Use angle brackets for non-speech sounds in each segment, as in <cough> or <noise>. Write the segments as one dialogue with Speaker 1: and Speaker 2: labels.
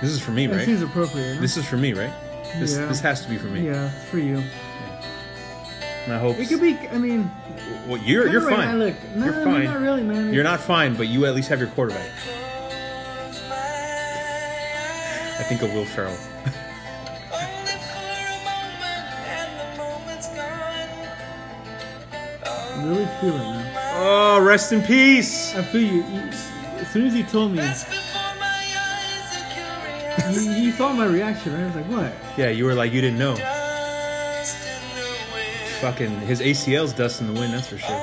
Speaker 1: this is for me,
Speaker 2: That
Speaker 1: right?
Speaker 2: seems appropriate. huh?
Speaker 1: This is for me, right? This
Speaker 2: Yeah.
Speaker 1: this has to be for me.
Speaker 2: yeah, it's for you.
Speaker 1: And I hope.
Speaker 2: It could be. I mean,
Speaker 1: Well, you're
Speaker 2: kinda
Speaker 1: you're
Speaker 2: the way I
Speaker 1: fine.
Speaker 2: look. No,
Speaker 1: you're
Speaker 2: I mean,
Speaker 1: fine.
Speaker 2: not really, man.
Speaker 1: You're not fine, but you at least have your quarterback. I think of Will Ferrell. <laughs>
Speaker 2: I really feel it, man.
Speaker 1: Oh, rest in peace.
Speaker 2: I feel you. you as soon as you told me, <laughs> you, you saw my reaction, right? I was like, what?
Speaker 1: Yeah, you were like you didn't know. Fucking his ACL's dust in the wind. That's for sure.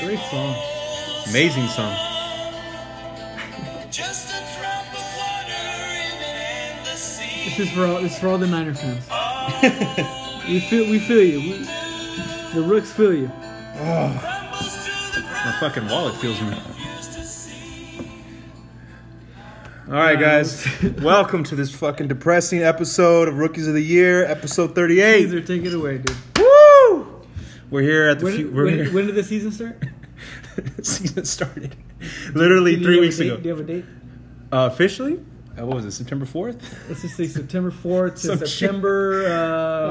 Speaker 2: Great song.
Speaker 1: Amazing song.
Speaker 3: Just a drop of water in an endless sea.
Speaker 2: <laughs> This is for all. This is for all the Niner fans. we feel. We feel you. We, the Rooks feel you.
Speaker 3: Crumbles to the ground.
Speaker 1: My fucking wallet feels me. All right, guys. <laughs> Welcome to this fucking depressing episode of Rookies of the Year, episode
Speaker 2: Caesar,
Speaker 1: 38.
Speaker 2: take it away, dude.
Speaker 1: Woo! We're here at the.
Speaker 2: When,
Speaker 1: fu- we're
Speaker 2: when,
Speaker 1: here.
Speaker 2: when did the season start?
Speaker 1: <laughs> season started literally
Speaker 2: Do you
Speaker 1: <laughs> three
Speaker 2: have a
Speaker 1: weeks
Speaker 2: date?
Speaker 1: ago.
Speaker 2: Do you have a date?
Speaker 1: Uh, officially, uh, what was it? September fourth. <laughs>
Speaker 2: Let's just say September 4th
Speaker 1: Some
Speaker 2: to
Speaker 1: shit.
Speaker 2: September. Uh,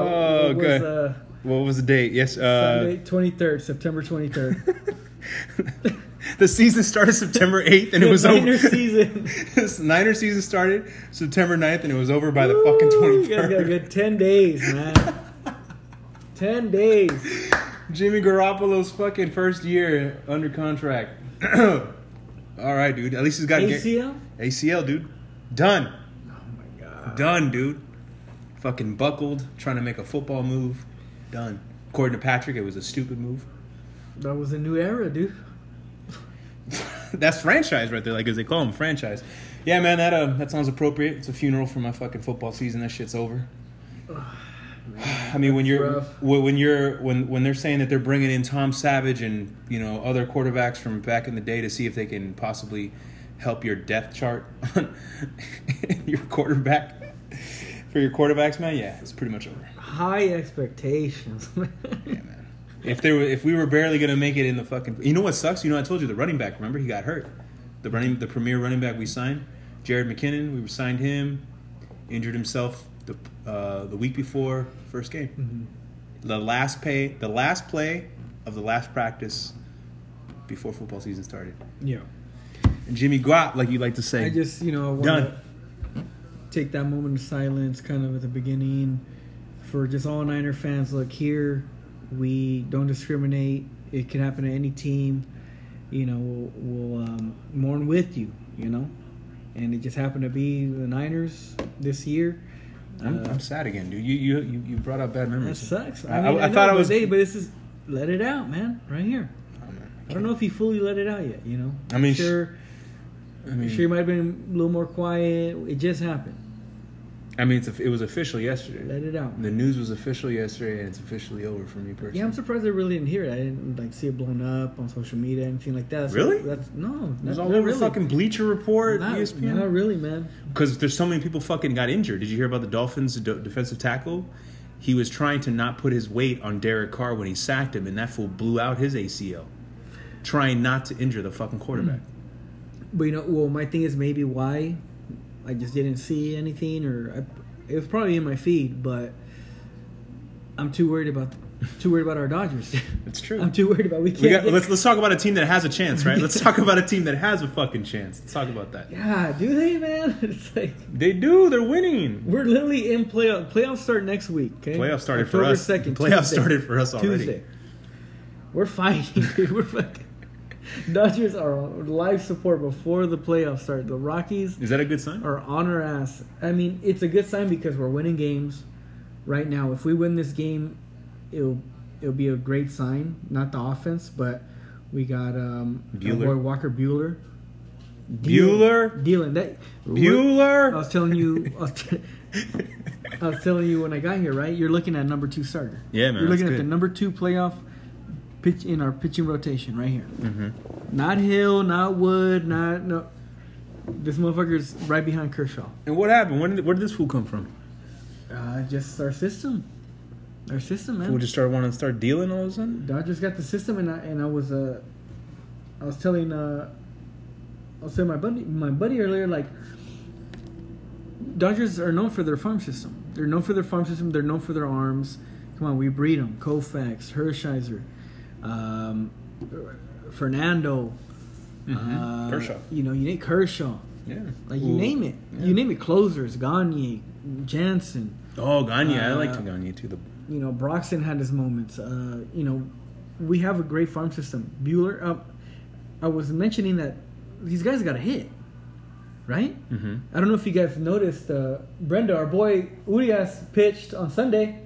Speaker 1: Oh,
Speaker 2: what
Speaker 1: okay.
Speaker 2: Was, uh,
Speaker 1: What was the date? Yes. Uh,
Speaker 2: Sunday, 23rd, September 23rd.
Speaker 1: the season started September eighth, and it was
Speaker 2: <laughs> Niner
Speaker 1: over. <laughs>
Speaker 2: season.
Speaker 1: This Niner season started September 9th, and it was over by the fucking
Speaker 2: Woo, You guys got a
Speaker 1: 23rd.
Speaker 2: good 10 days, man. 10 days.
Speaker 1: Jimmy Garoppolo's fucking first year under contract. <clears throat> All right, dude. At least he's got ga-
Speaker 2: ACL?
Speaker 1: ACL, dude. Done.
Speaker 2: Oh my god.
Speaker 1: Done, dude. Fucking buckled, trying to make a football move. Done. According to Patrick, it was a stupid move.
Speaker 2: That was a new era, dude.
Speaker 1: <laughs> That's franchise right there, like as they call them, franchise. Yeah, man, that uh, that sounds appropriate. It's a funeral for my fucking football season. That shit's over. <sighs> I mean, when you're
Speaker 2: rough.
Speaker 1: when when you're when when they're saying that they're bringing in Tom Savage and you know other quarterbacks from back in the day to see if they can possibly help your depth chart <laughs> on your quarterback for your quarterbacks, man. Yeah, it's pretty much over.
Speaker 2: High expectations, <laughs> man.
Speaker 1: If there were, if we were barely gonna make it in the fucking, you know what sucks? You know I told you the running back. Remember he got hurt. The running, the premier running back we signed, Jared McKinnon. We signed him, injured himself the uh, the week before first game.
Speaker 2: Mm-hmm.
Speaker 1: The last pay, the last play of the last practice before football season started.
Speaker 2: Yeah.
Speaker 1: And Jimmy Grop, like you like to say,
Speaker 2: I just, you know, want
Speaker 1: Done.
Speaker 2: to take that moment of silence kind of at the beginning for just all Niner fans. Look, here we don't discriminate. It can happen to any team. You know, we'll, we'll um, mourn with you, you know? And it just happened to be the Niners this year. Uh,
Speaker 1: I'm, I'm sad again, dude. You you you- you brought up bad
Speaker 2: That
Speaker 1: memories.
Speaker 2: sucks.
Speaker 1: I-
Speaker 2: I, mean,
Speaker 1: I-
Speaker 2: I,
Speaker 1: I thought
Speaker 2: know,
Speaker 1: I was-
Speaker 2: But, hey, but this is let it out, man, right here.
Speaker 1: Oh, man.
Speaker 2: I don't know if he fully let it out yet, you know?
Speaker 1: I mean, sh-
Speaker 2: sure,
Speaker 1: I mean,
Speaker 2: sure, he might have been a little more quiet. It just happened.
Speaker 1: I mean, it's a, it was official yesterday.
Speaker 2: Let it out.
Speaker 1: The news was official yesterday, and it's officially over for me personally.
Speaker 2: Yeah, I'm surprised I really didn't hear it. I didn't like see it blown up on social media, anything like that. So
Speaker 1: Really?
Speaker 2: That's no.
Speaker 1: It was
Speaker 2: not,
Speaker 1: all
Speaker 2: not
Speaker 1: over
Speaker 2: really.
Speaker 1: fucking Bleacher Report, E
Speaker 2: not, not
Speaker 1: ESPN.
Speaker 2: really, man.
Speaker 1: Because there's so many people fucking got injured. Did you hear about the Dolphins' d- defensive tackle? He was trying to not put his weight on Derek Carr when he sacked him, and that fool blew out his ACL, trying not to injure the fucking quarterback.
Speaker 2: But you know, well, my thing is maybe why I just didn't see anything, or I, it was probably in my feed, but I'm too worried about too worried about our Dodgers. <laughs>
Speaker 1: It's true.
Speaker 2: I'm too worried about we can't.
Speaker 1: we got,
Speaker 2: get-
Speaker 1: let's let's talk about a team that has a chance, right? Let's talk about a team that has a fucking chance. Let's talk about that.
Speaker 2: yeah, do they, man? <laughs> It's like
Speaker 1: They do. They're winning.
Speaker 2: we're literally in playoff. Playoffs start next week. Okay,
Speaker 1: Playoffs started for
Speaker 2: October
Speaker 1: us.
Speaker 2: Second.
Speaker 1: Playoffs
Speaker 2: Tuesday.
Speaker 1: started for us already.
Speaker 2: Tuesday. We're fighting, <laughs> dude. We're fucking. Dodgers are on live support before the playoffs start. The Rockies
Speaker 1: Is that a good sign?
Speaker 2: are on our ass. I mean, it's a good sign because we're winning games right now. If we win this game, it'll it'll be a great sign. Not the offense, but we got um our
Speaker 1: Bueller.
Speaker 2: boy Walker Bueller.
Speaker 1: Bueller?
Speaker 2: Dylan. That I
Speaker 1: Bueller.
Speaker 2: was telling you. I was t- I was telling you when I got here, right? You're looking at number two starter.
Speaker 1: Yeah, man,
Speaker 2: You're
Speaker 1: that's
Speaker 2: looking at
Speaker 1: good.
Speaker 2: the number two playoff pitch in our pitching rotation right here.
Speaker 1: Mm-hmm.
Speaker 2: Not Hill, not Wood, not no. This motherfucker's right behind Kershaw.
Speaker 1: And what happened? When did, where did this fool come from?
Speaker 2: Uh, just our system. Our system, man.
Speaker 1: We'll just start wanting to start dealing all of a sudden.
Speaker 2: Dodgers got the system, and I and I was uh, I was telling uh, I was telling my buddy my buddy earlier like. Dodgers are known for their farm system. They're known for their farm system. They're known for their arms. Come on, we breed them. Koufax, Hershiser, um, Fernando. uh,
Speaker 1: Kershaw.
Speaker 2: You know, you name Kershaw.
Speaker 1: Yeah.
Speaker 2: Like you name it. You name it. Closers, Gagne, Jansen.
Speaker 1: Oh, Gagne. I
Speaker 2: Uh,
Speaker 1: liked Gagne too. The
Speaker 2: you know, Broxton had his moments. Uh, you know, we have a great farm system. Bueller, uh, I was mentioning that these guys got a hit, right?
Speaker 1: Mhm.
Speaker 2: I don't know if you guys noticed. Uh, Brenda, our boy Urias pitched on Sunday.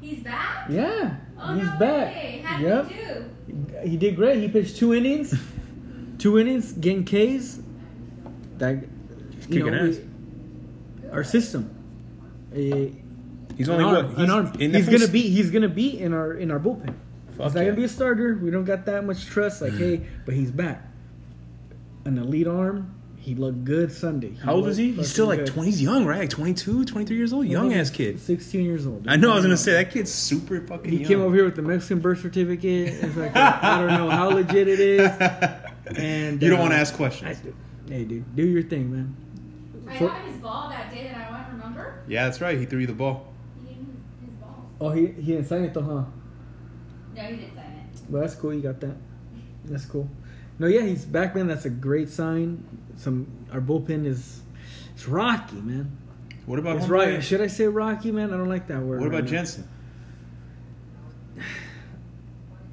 Speaker 4: He's back?
Speaker 2: Yeah,
Speaker 4: Oh,
Speaker 2: he's
Speaker 4: no
Speaker 2: back.
Speaker 4: Way. How
Speaker 2: Yep.
Speaker 4: did he do?
Speaker 2: he did great. He pitched two
Speaker 4: <laughs>
Speaker 2: innings, two innings, getting Ks. That you
Speaker 1: kicking
Speaker 2: know,
Speaker 1: ass.
Speaker 2: we- our system. Eh,
Speaker 1: he's
Speaker 2: an
Speaker 1: only
Speaker 2: arm,
Speaker 1: what
Speaker 2: an arm.
Speaker 1: in the
Speaker 2: He's gonna
Speaker 1: first-
Speaker 2: be he's gonna be in our in our bullpen.
Speaker 1: Fuck
Speaker 2: he's not
Speaker 1: yeah. Mm.
Speaker 2: gonna be a starter. We don't got that much trust. Like hey, but he's back. An elite arm. He looked good Sunday. He
Speaker 1: How old is he?
Speaker 2: looked
Speaker 1: He's still
Speaker 2: fucking
Speaker 1: like
Speaker 2: good.
Speaker 1: twenty. He's young, right? Like 22, 23 years old. Young ass kid.
Speaker 2: Sixteen years old.
Speaker 1: I know. I was gonna say that kid's super fucking.
Speaker 2: He
Speaker 1: young.
Speaker 2: came over here with the Mexican birth certificate. It's like I don't know how legit
Speaker 1: <laughs>
Speaker 2: it is. And
Speaker 1: you don't
Speaker 2: uh,
Speaker 1: want to ask
Speaker 2: I,
Speaker 1: questions.
Speaker 2: hey, dude, do your thing, man.
Speaker 4: I
Speaker 2: For-
Speaker 4: got his ball that day that I want, remember?
Speaker 1: yeah, that's right. He threw you the ball.
Speaker 4: He gave me his ball.
Speaker 2: Oh, he he didn't sign it though, huh?
Speaker 4: No, he didn't sign it.
Speaker 2: Well, that's cool. You got that. That's cool. No, yeah, he's back, man. That's a great sign. Some our bullpen is it's rocky, man.
Speaker 1: What about
Speaker 2: It's
Speaker 1: homeboy-
Speaker 2: right. Should I say rocky, man? I don't like that word.
Speaker 1: What about
Speaker 2: right now.
Speaker 1: Jensen? <sighs>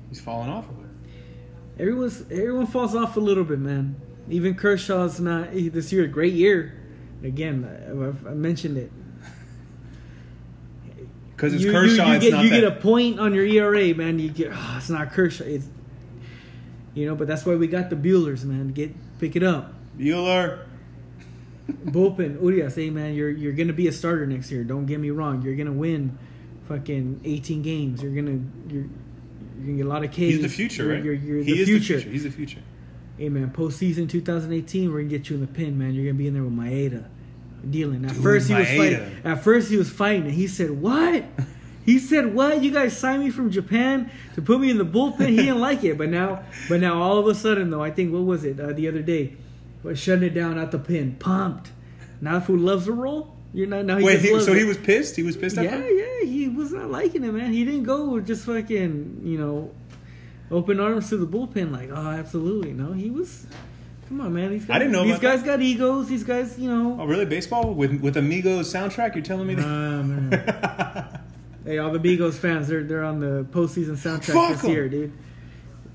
Speaker 1: He's falling off. of it.
Speaker 2: Everyone's everyone falls off a little bit, man. Even Kershaw's not he, this year. a Great year. Again, I, I've- I mentioned it.
Speaker 1: Because it's
Speaker 2: you, you-
Speaker 1: Kershaw.
Speaker 2: you
Speaker 1: it's
Speaker 2: get
Speaker 1: not
Speaker 2: you
Speaker 1: that.
Speaker 2: get a point on your ERA, man. You get oh, it's not Kershaw. It's you know, but that's why we got the Buellers, man. Get pick it up.
Speaker 1: Bueller.
Speaker 2: bullpen Urias, hey man, you're you're gonna be a starter next year. Don't get me wrong. You're gonna win, fucking eighteen games. You're gonna you're you're gonna get a lot of Ks.
Speaker 1: He's the future,
Speaker 2: You're-
Speaker 1: right?
Speaker 2: You're, you're
Speaker 1: he
Speaker 2: the,
Speaker 1: is
Speaker 2: future.
Speaker 1: the future. He's the future.
Speaker 2: Hey man, postseason 2018, we're gonna get you in the pin, man. You're gonna be in there with Maeda, dealing. At
Speaker 1: Dude,
Speaker 2: first he was
Speaker 1: Maeda.
Speaker 2: fighting. At first he was fighting, and he said,
Speaker 1: <laughs>
Speaker 2: "What?" He said, "What? You guys signed me from Japan to put me in the bullpen? He didn't like it, but now, but now all of a sudden though, I think what was it uh, the other day? Was shutting it down at the pin, pumped. Now if who loves a roll, you're not. Now he
Speaker 1: Wait,
Speaker 2: just
Speaker 1: he,
Speaker 2: loves
Speaker 1: so
Speaker 2: it.
Speaker 1: he was pissed. He was pissed. at
Speaker 2: Yeah,
Speaker 1: him?
Speaker 2: yeah, he was not liking it, man. He didn't go with just fucking, you know, open arms to the bullpen like, oh, absolutely. No, he was. Come on, man. These guys,
Speaker 1: I didn't know
Speaker 2: These
Speaker 1: about
Speaker 2: guys got egos. These guys, you
Speaker 1: Oh,
Speaker 2: know.
Speaker 1: really? Baseball with with Amigos soundtrack? You're telling me that?
Speaker 2: Ah, man. hey, all the Beagles fans, they're they're on the postseason soundtrack
Speaker 1: Fuck
Speaker 2: this
Speaker 1: 'em.
Speaker 2: year, dude.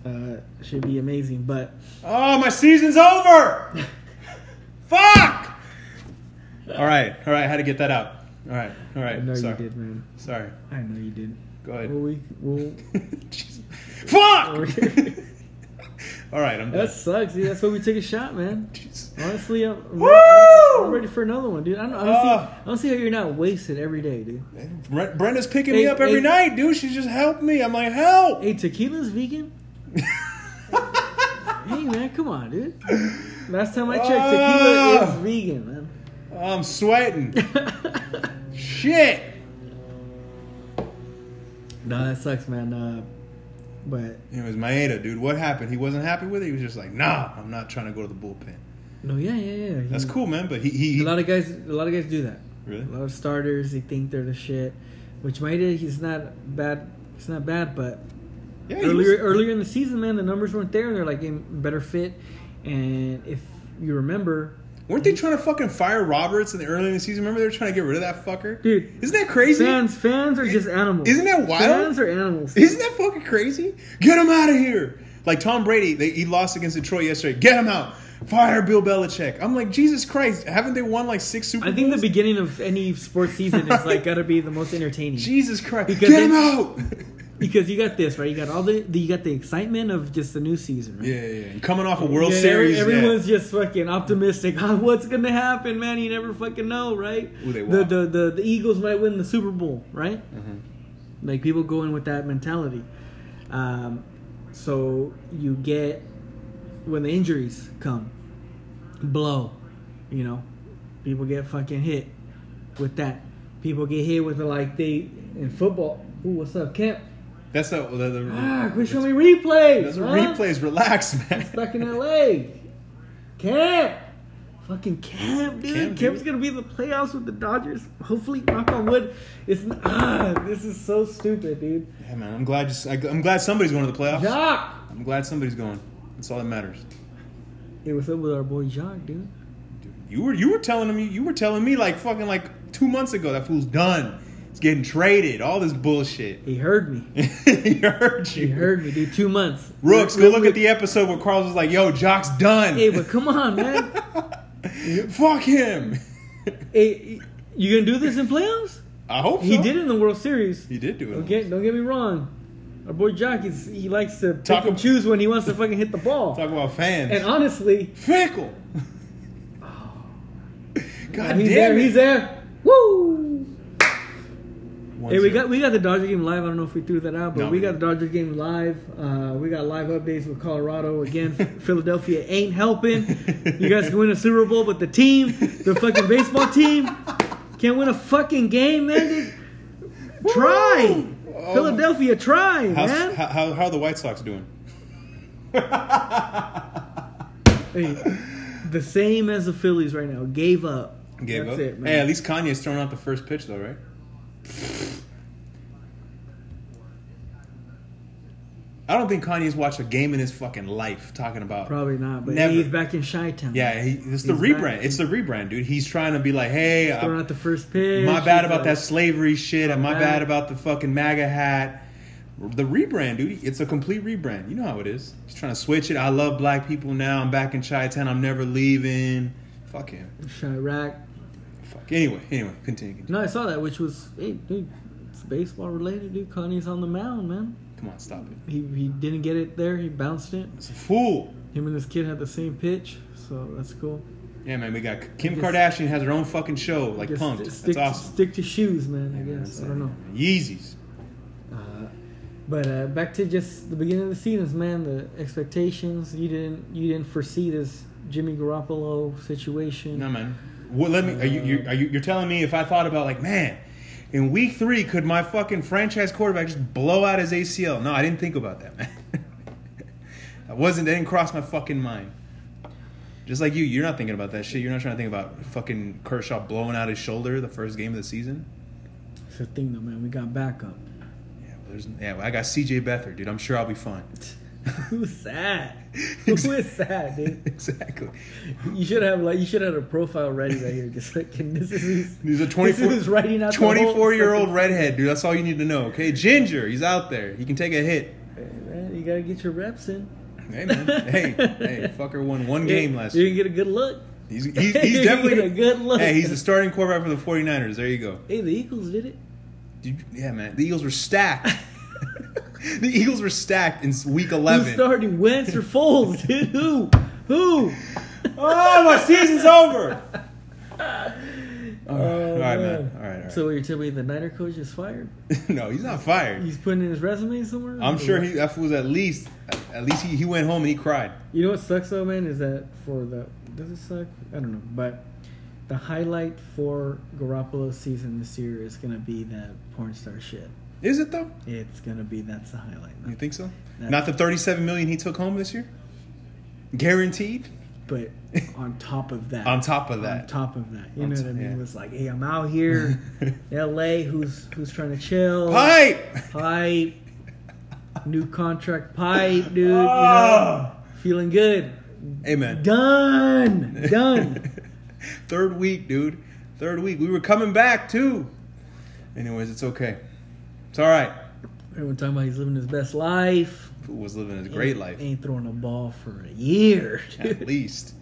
Speaker 2: Uh, should be amazing, but
Speaker 1: <laughs> Oh, my season's over.
Speaker 2: <laughs>
Speaker 1: Fuck. All right, all right. I had to get that out. All right, all
Speaker 2: I
Speaker 1: right.
Speaker 2: know
Speaker 1: Sorry,
Speaker 2: you did, man.
Speaker 1: sorry.
Speaker 2: I know you did.
Speaker 1: Go
Speaker 2: Well,
Speaker 1: ahead.
Speaker 2: we, well,
Speaker 1: <laughs> Jesus. Fuck.
Speaker 2: Okay.
Speaker 1: <laughs> all right, I'm done.
Speaker 2: that sucks. Dude. Oh. That's why we took a shot, man.
Speaker 1: Jesus.
Speaker 2: Honestly, I'm, I'm,
Speaker 1: Woo!
Speaker 2: I'm ready for another one, dude. I don't, I don't,
Speaker 1: Ah.
Speaker 2: see, I don't see how you're not wasted every day, dude.
Speaker 1: Bre- Brenda's picking me
Speaker 2: Hey,
Speaker 1: up every
Speaker 2: hey.
Speaker 1: night, dude. She just helped me. I'm like, help.
Speaker 2: Hey, tequila's vegan? hey, man, come on, dude. Last time I checked, tequila
Speaker 1: Ah.
Speaker 2: is vegan, man.
Speaker 1: <laughs> I'm sweating.
Speaker 2: <laughs>
Speaker 1: Shit.
Speaker 2: No, that sucks, man. Uh, but,
Speaker 1: It was Maeda, dude. What happened? He wasn't happy with it. He was just like, nah, I'm not trying to go to the bullpen.
Speaker 2: no, yeah, yeah, yeah. He-
Speaker 1: That's cool, man. But he, he,
Speaker 2: A
Speaker 1: he
Speaker 2: lot of guys, a lot of guys do that.
Speaker 1: really.
Speaker 2: A lot of starters, they think they're the shit. Which might he's not bad. It's not bad, but
Speaker 1: Yeah, he
Speaker 2: earlier
Speaker 1: was-
Speaker 2: earlier in the season, man, the numbers weren't there, and they're like in better fit. And if you remember,
Speaker 1: Weren't they trying to fucking fire Roberts in the early in the season? Remember they were trying to get rid of that fucker?
Speaker 2: Dude,
Speaker 1: Isn't that crazy?
Speaker 2: fans fans are just animals.
Speaker 1: Isn't that wild?
Speaker 2: Fans are animals.
Speaker 1: Isn't that fucking crazy? Get him out of here. Like Tom Brady, they, he lost against Detroit yesterday. Get him out. Fire Bill Belichick. I'm like, Jesus Christ, haven't they won like six Super
Speaker 2: I
Speaker 1: Bowls?
Speaker 2: think the beginning of any sports season is
Speaker 1: Right.
Speaker 2: like got to be the most
Speaker 1: <laughs>
Speaker 2: entertaining
Speaker 1: Jesus Christ.
Speaker 2: Because
Speaker 1: Get him
Speaker 2: they-
Speaker 1: out. <laughs>
Speaker 2: because you got this right. You got all the, the you got the excitement of just the new season, right?
Speaker 1: yeah, yeah, yeah. And Coming off a World
Speaker 2: Yeah, every-
Speaker 1: Series.
Speaker 2: everyone's just fucking optimistic. <laughs> Oh, what's gonna happen, man? You never fucking know, right?
Speaker 1: Who they
Speaker 2: the,
Speaker 1: want.
Speaker 2: the the the Eagles might win the Super Bowl, right?
Speaker 1: Mm-hmm.
Speaker 2: Like people go in with that mentality. Um, so you get when the injuries come, blow, you know, people get fucking hit with that. people get hit with the like they in football. Ooh, what's up, Kemp?
Speaker 1: That's the, the, the
Speaker 2: Ah, quit showing me replays.
Speaker 1: Those are
Speaker 2: huh?
Speaker 1: replays. Relax, man.
Speaker 2: Back in L.A. Camp. Fucking camp, dude.
Speaker 1: Camp, dude.
Speaker 2: Camp's gonna be in the playoffs with the Dodgers. Hopefully, knock on wood. It's n- ah, this is so stupid, dude.
Speaker 1: Yeah, man. I'm glad. Just, I, am glad somebody's going to the playoffs.
Speaker 2: Jock.
Speaker 1: I'm glad somebody's going. That's all that matters.
Speaker 2: Hey, what's up with our boy Jock, dude?
Speaker 1: Dude, you were you were telling me you were telling me like fucking like two months ago that fool's done. It's getting traded. All this bullshit. <laughs>
Speaker 2: He heard me.
Speaker 1: he heard you.
Speaker 2: He heard me, dude. Two months.
Speaker 1: Rooks, go look at the episode where Carlos was like, "Yo, Jock's done.
Speaker 2: Hey, but come on, man.
Speaker 1: <laughs> Fuck him." <laughs>
Speaker 2: hey, you gonna do this in playoffs?
Speaker 1: I hope
Speaker 2: He
Speaker 1: so.
Speaker 2: did it in the World Series.
Speaker 1: He did do it.
Speaker 2: Okay, don't get me wrong. Our boy Jock is he likes to pick
Speaker 1: Talk
Speaker 2: and
Speaker 1: ab-
Speaker 2: choose when he wants to fucking hit the ball.
Speaker 1: Talk about fans.
Speaker 2: And honestly,
Speaker 1: Fickle.
Speaker 2: <laughs>
Speaker 1: God
Speaker 2: he's
Speaker 1: damn
Speaker 2: there,
Speaker 1: it.
Speaker 2: he's there. Woo!
Speaker 1: One
Speaker 2: Hey, we
Speaker 1: zero.
Speaker 2: got we got the Dodger game live. I don't know if we threw that out, but
Speaker 1: No,
Speaker 2: we
Speaker 1: we
Speaker 2: got the Dodger game live. Uh, we got live updates with Colorado
Speaker 1: <laughs>
Speaker 2: again. Philadelphia ain't helping. You guys can win a Super Bowl, but the team, the fucking baseball team, can't win a fucking game, man. They- Try,
Speaker 1: Oh.
Speaker 2: Philadelphia, try,
Speaker 1: How's-
Speaker 2: man.
Speaker 1: how, how, how are the White Sox doing?
Speaker 2: Hey, the same as the Phillies right now. Gave up.
Speaker 1: Gave
Speaker 2: That's
Speaker 1: up.
Speaker 2: it, man.
Speaker 1: Hey, at least Kanye's throwing out the first pitch though, right? I don't think Kanye's watched a game in his fucking life talking about
Speaker 2: Probably not, but
Speaker 1: Never.
Speaker 2: he's back in Chi Town.
Speaker 1: Yeah, he, it's the
Speaker 2: He's
Speaker 1: rebrand.
Speaker 2: back.
Speaker 1: It's the rebrand, dude. He's trying to be like, hey, I-
Speaker 2: Throwing out the first pitch.
Speaker 1: my bad
Speaker 2: He's
Speaker 1: about
Speaker 2: like-
Speaker 1: that slavery shit. and My
Speaker 2: bad.
Speaker 1: bad about the fucking MAGA hat. The rebrand, dude. It's a complete rebrand. You know how it is. He's trying to switch it. I love black people now. I'm back in Chi Town. I'm never leaving. Fuck him.
Speaker 2: Chirac.
Speaker 1: Fuck. Anyway, anyway, continue. continue.
Speaker 2: No, I saw that, which was, hey, dude, it's baseball related, dude. Connie's on the mound, man.
Speaker 1: Come on, stop it.
Speaker 2: He, he didn't get it there. He bounced it.
Speaker 1: It's a fool.
Speaker 2: Him and this kid had the same pitch, so that's cool.
Speaker 1: Yeah, man. We got Kim
Speaker 2: Just-
Speaker 1: Kardashian has her own fucking show, like
Speaker 2: Just
Speaker 1: Punked.
Speaker 2: st-
Speaker 1: That's
Speaker 2: stick,
Speaker 1: awesome.
Speaker 2: stick to shoes, man. I
Speaker 1: Yeah,
Speaker 2: guess
Speaker 1: that's
Speaker 2: I
Speaker 1: it.
Speaker 2: don't know.
Speaker 1: Yeezys.
Speaker 2: Uh, but uh, back to just the beginning of the seasons, man. The expectations you didn't you didn't foresee this Jimmy Garoppolo situation.
Speaker 1: No, man. What, let me. Are you, you? Are you? You're telling me if I thought about like, man, in week three, could my fucking franchise quarterback just blow out his ACL? No, I didn't think about that, man. <laughs> I wasn't. That didn't cross my fucking mind. Just like you, you're not thinking about that shit. You're not trying to think about fucking Kershaw blowing out his shoulder the first game of the season.
Speaker 2: It's the thing, though, man. We got
Speaker 1: <laughs>
Speaker 2: backup.
Speaker 1: Yeah, well, there's. Yeah, well, I got C.J. Beathard, dude. I'm sure I'll be fine.
Speaker 2: Who's
Speaker 1: <laughs>
Speaker 2: sad? Who is that, dude?
Speaker 1: exactly.
Speaker 2: You should have like you should have a profile ready right here, <laughs> just like and this is who's-
Speaker 1: He's a
Speaker 2: this is
Speaker 1: 24
Speaker 2: who's writing out the whole
Speaker 1: 24 year old
Speaker 2: <laughs> sentence.
Speaker 1: redhead, dude. That's all you need to know. Okay, Ginger, he's out there. He can take a hit.
Speaker 2: Man, you gotta get your reps in.
Speaker 1: Hey man, hey, hey, fucker won one game last
Speaker 2: You
Speaker 1: year.
Speaker 2: can get a good look.
Speaker 1: He's, he's,
Speaker 2: <laughs> You
Speaker 1: he's definitely
Speaker 2: get a good look.
Speaker 1: Hey, he's the starting quarterback for the 49ers. There you go.
Speaker 2: Hey, the Eagles did it.
Speaker 1: <laughs> Dude, yeah, man, the Eagles were stacked.
Speaker 2: <laughs>
Speaker 1: the Eagles were stacked in week
Speaker 2: Who's
Speaker 1: 11.
Speaker 2: starting Wentz or Foles, dude? Who? Who?
Speaker 1: <laughs> Oh, my season's
Speaker 2: <laughs>
Speaker 1: over. all
Speaker 2: All
Speaker 1: right, man. All right, all right.
Speaker 2: Oh, So you're telling me the Niner coach is fired?
Speaker 1: <laughs> no, he's not fired.
Speaker 2: He's putting in his resume somewhere.
Speaker 1: I'm sure he that was at least at least he, he went home and he cried.
Speaker 2: You know what sucks though, man, is that for the does it suck? I don't know, but the highlight for Garoppolo's season this year is gonna be that porn star shit.
Speaker 1: Is it though?
Speaker 2: It's gonna be that's the highlight.
Speaker 1: You think so?
Speaker 2: No.
Speaker 1: Not the 37 million he took home this year, <laughs> guaranteed.
Speaker 2: But on top of that,
Speaker 1: On top of
Speaker 2: on
Speaker 1: that,
Speaker 2: top of that, you
Speaker 1: On
Speaker 2: know
Speaker 1: top-
Speaker 2: what I mean?
Speaker 1: yeah.
Speaker 2: It's like, hey, I'm out
Speaker 1: <laughs>
Speaker 2: here, L.A. Who's who's trying to chill?
Speaker 1: pipe.
Speaker 2: pipe, new contract, pipe, dude. You know,
Speaker 1: Ah.
Speaker 2: feeling good.
Speaker 1: Hey man,
Speaker 2: Done, done.
Speaker 1: <laughs> Third week, dude. Third week. We were coming back too. Anyways, it's okay. It's all right.
Speaker 2: Everyone talking about he's living his best life.
Speaker 1: Fool was living his great
Speaker 2: Ain't-
Speaker 1: life,
Speaker 2: Ain't throwing a ball for a
Speaker 1: <laughs>
Speaker 2: year. dude.
Speaker 1: at least.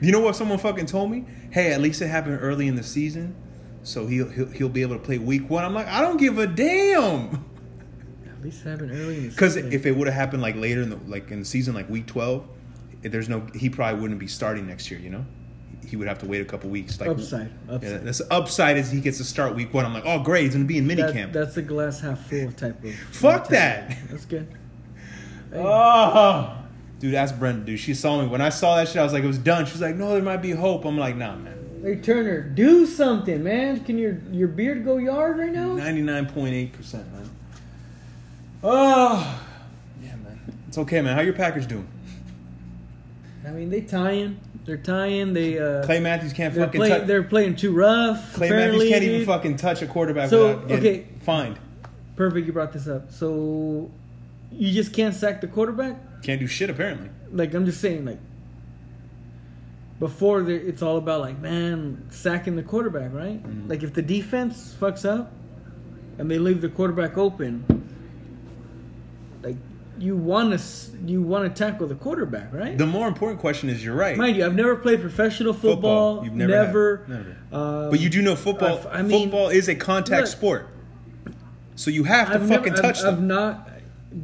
Speaker 1: You know what? Someone fucking told me, "Hey, at least it happened early in the season, so he'll he'll, he'll be able to play week one." I'm like, I don't give a damn.
Speaker 2: At least it happened early in the
Speaker 1: Because
Speaker 2: season.
Speaker 1: if it would have happened like later in the like in the season, like week twelve, if there's no. He probably wouldn't be starting next year. You know, he would have to wait a couple weeks. Like
Speaker 2: upside, upside.
Speaker 1: Yeah, that's upside is he gets to start week one. I'm like, oh great, he's gonna be in
Speaker 2: That-
Speaker 1: minicamp. camp.
Speaker 2: That's a glass half full type of.
Speaker 1: Fuck
Speaker 2: mentality.
Speaker 1: that.
Speaker 2: That's good. Hey,
Speaker 1: Oh, dude, that's Brenda. Dude, she saw me when I saw that shit. I was like, it was done. She's like, no, there might be hope. I'm like, nah, man.
Speaker 2: Hey Turner, do something, man. Can your your beard go yard right now?
Speaker 1: Ninety-nine point eight percent, man. Oh, yeah, man. It's okay, man. How your Packers doing?
Speaker 2: I mean, they tying. They're tying. They uh,
Speaker 1: Clay Matthews can't
Speaker 2: they're,
Speaker 1: fucking
Speaker 2: play-
Speaker 1: touch.
Speaker 2: they're playing too rough.
Speaker 1: Clay Matthews
Speaker 2: apparently,
Speaker 1: can't even
Speaker 2: dude.
Speaker 1: fucking touch a quarterback
Speaker 2: So,
Speaker 1: without getting
Speaker 2: okay.
Speaker 1: fined.
Speaker 2: Perfect, you brought this up. So you just can't sack the quarterback.
Speaker 1: Can't do shit apparently.
Speaker 2: Like I'm just saying, like before, there, it's all about like man sacking the quarterback, right?
Speaker 1: Mhm.
Speaker 2: Like if the defense fucks up and they leave the quarterback open, like you want to you want to tackle the quarterback, right?
Speaker 1: The more important question is, you're right.
Speaker 2: Mind you, I've never played professional football.
Speaker 1: Football. You've never
Speaker 2: never.
Speaker 1: had- never.
Speaker 2: Um,
Speaker 1: but you do know football.
Speaker 2: I've- I mean,
Speaker 1: football is a contact
Speaker 2: look.
Speaker 1: sport, so you have to
Speaker 2: I've
Speaker 1: fucking
Speaker 2: never,
Speaker 1: touch
Speaker 2: I've,
Speaker 1: them.
Speaker 2: I've not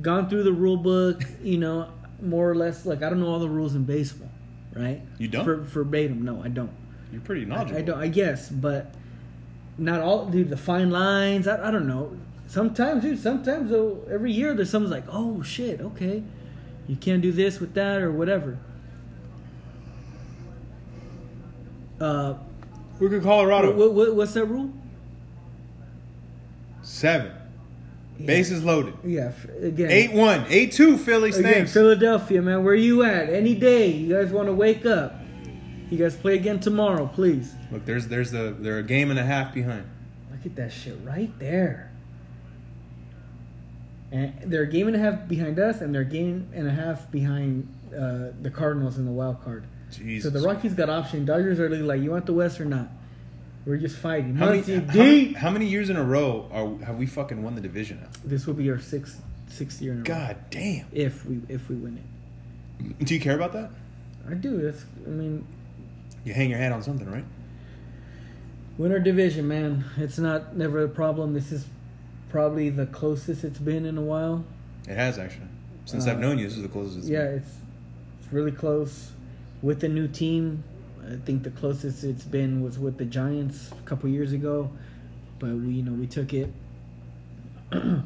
Speaker 2: gone through the rule book, you know, more or less. Like I don't know all the rules in baseball, right?
Speaker 1: You don't?
Speaker 2: For, verbatim? No, I don't.
Speaker 1: you're pretty knowledgeable.
Speaker 2: I, I don't. I guess, but not all. Dude, the fine lines. I, I don't know. Sometimes, dude. Sometimes, though, every year there's something's like, oh shit, okay, you can't do this with that or whatever. Uh,
Speaker 1: Look at Colorado.
Speaker 2: what, what, what's that rule?
Speaker 1: Seven. Bases loaded.
Speaker 2: Yeah, f- again.
Speaker 1: Eight one, eight two. Philly
Speaker 2: Again,
Speaker 1: Snakes.
Speaker 2: Philadelphia, man, where you at? Any day, you guys want to wake up? You guys play again tomorrow, please.
Speaker 1: Look, there's there's the they're a game and a half behind.
Speaker 2: Look at that shit right there. And they're a game and a half behind us, and they're a game and a half behind uh, the Cardinals in the wild card.
Speaker 1: Jesus.
Speaker 2: So the Rockies got option. Dodgers are literally like, you want the West or not? We're just fighting.
Speaker 1: how many,
Speaker 2: Muncy,
Speaker 1: how
Speaker 2: D.
Speaker 1: many- how many years in a row are have we fucking won the division now?
Speaker 2: This will be our sixth sixth year in a row
Speaker 1: God damn.
Speaker 2: if we if we win it.
Speaker 1: Do you care about that?
Speaker 2: I do. That's I mean
Speaker 1: You hang your hat on something, right?
Speaker 2: Win our division, man. It's not never a problem. This is probably the closest it's been in a while.
Speaker 1: It has actually. Since I've
Speaker 2: Uh,
Speaker 1: known you, this is the closest. it's
Speaker 2: yeah,
Speaker 1: been.
Speaker 2: it's it's really close. With the new team, I think the closest it's been was with the Giants a couple years ago, but we you know we took it. <clears throat> but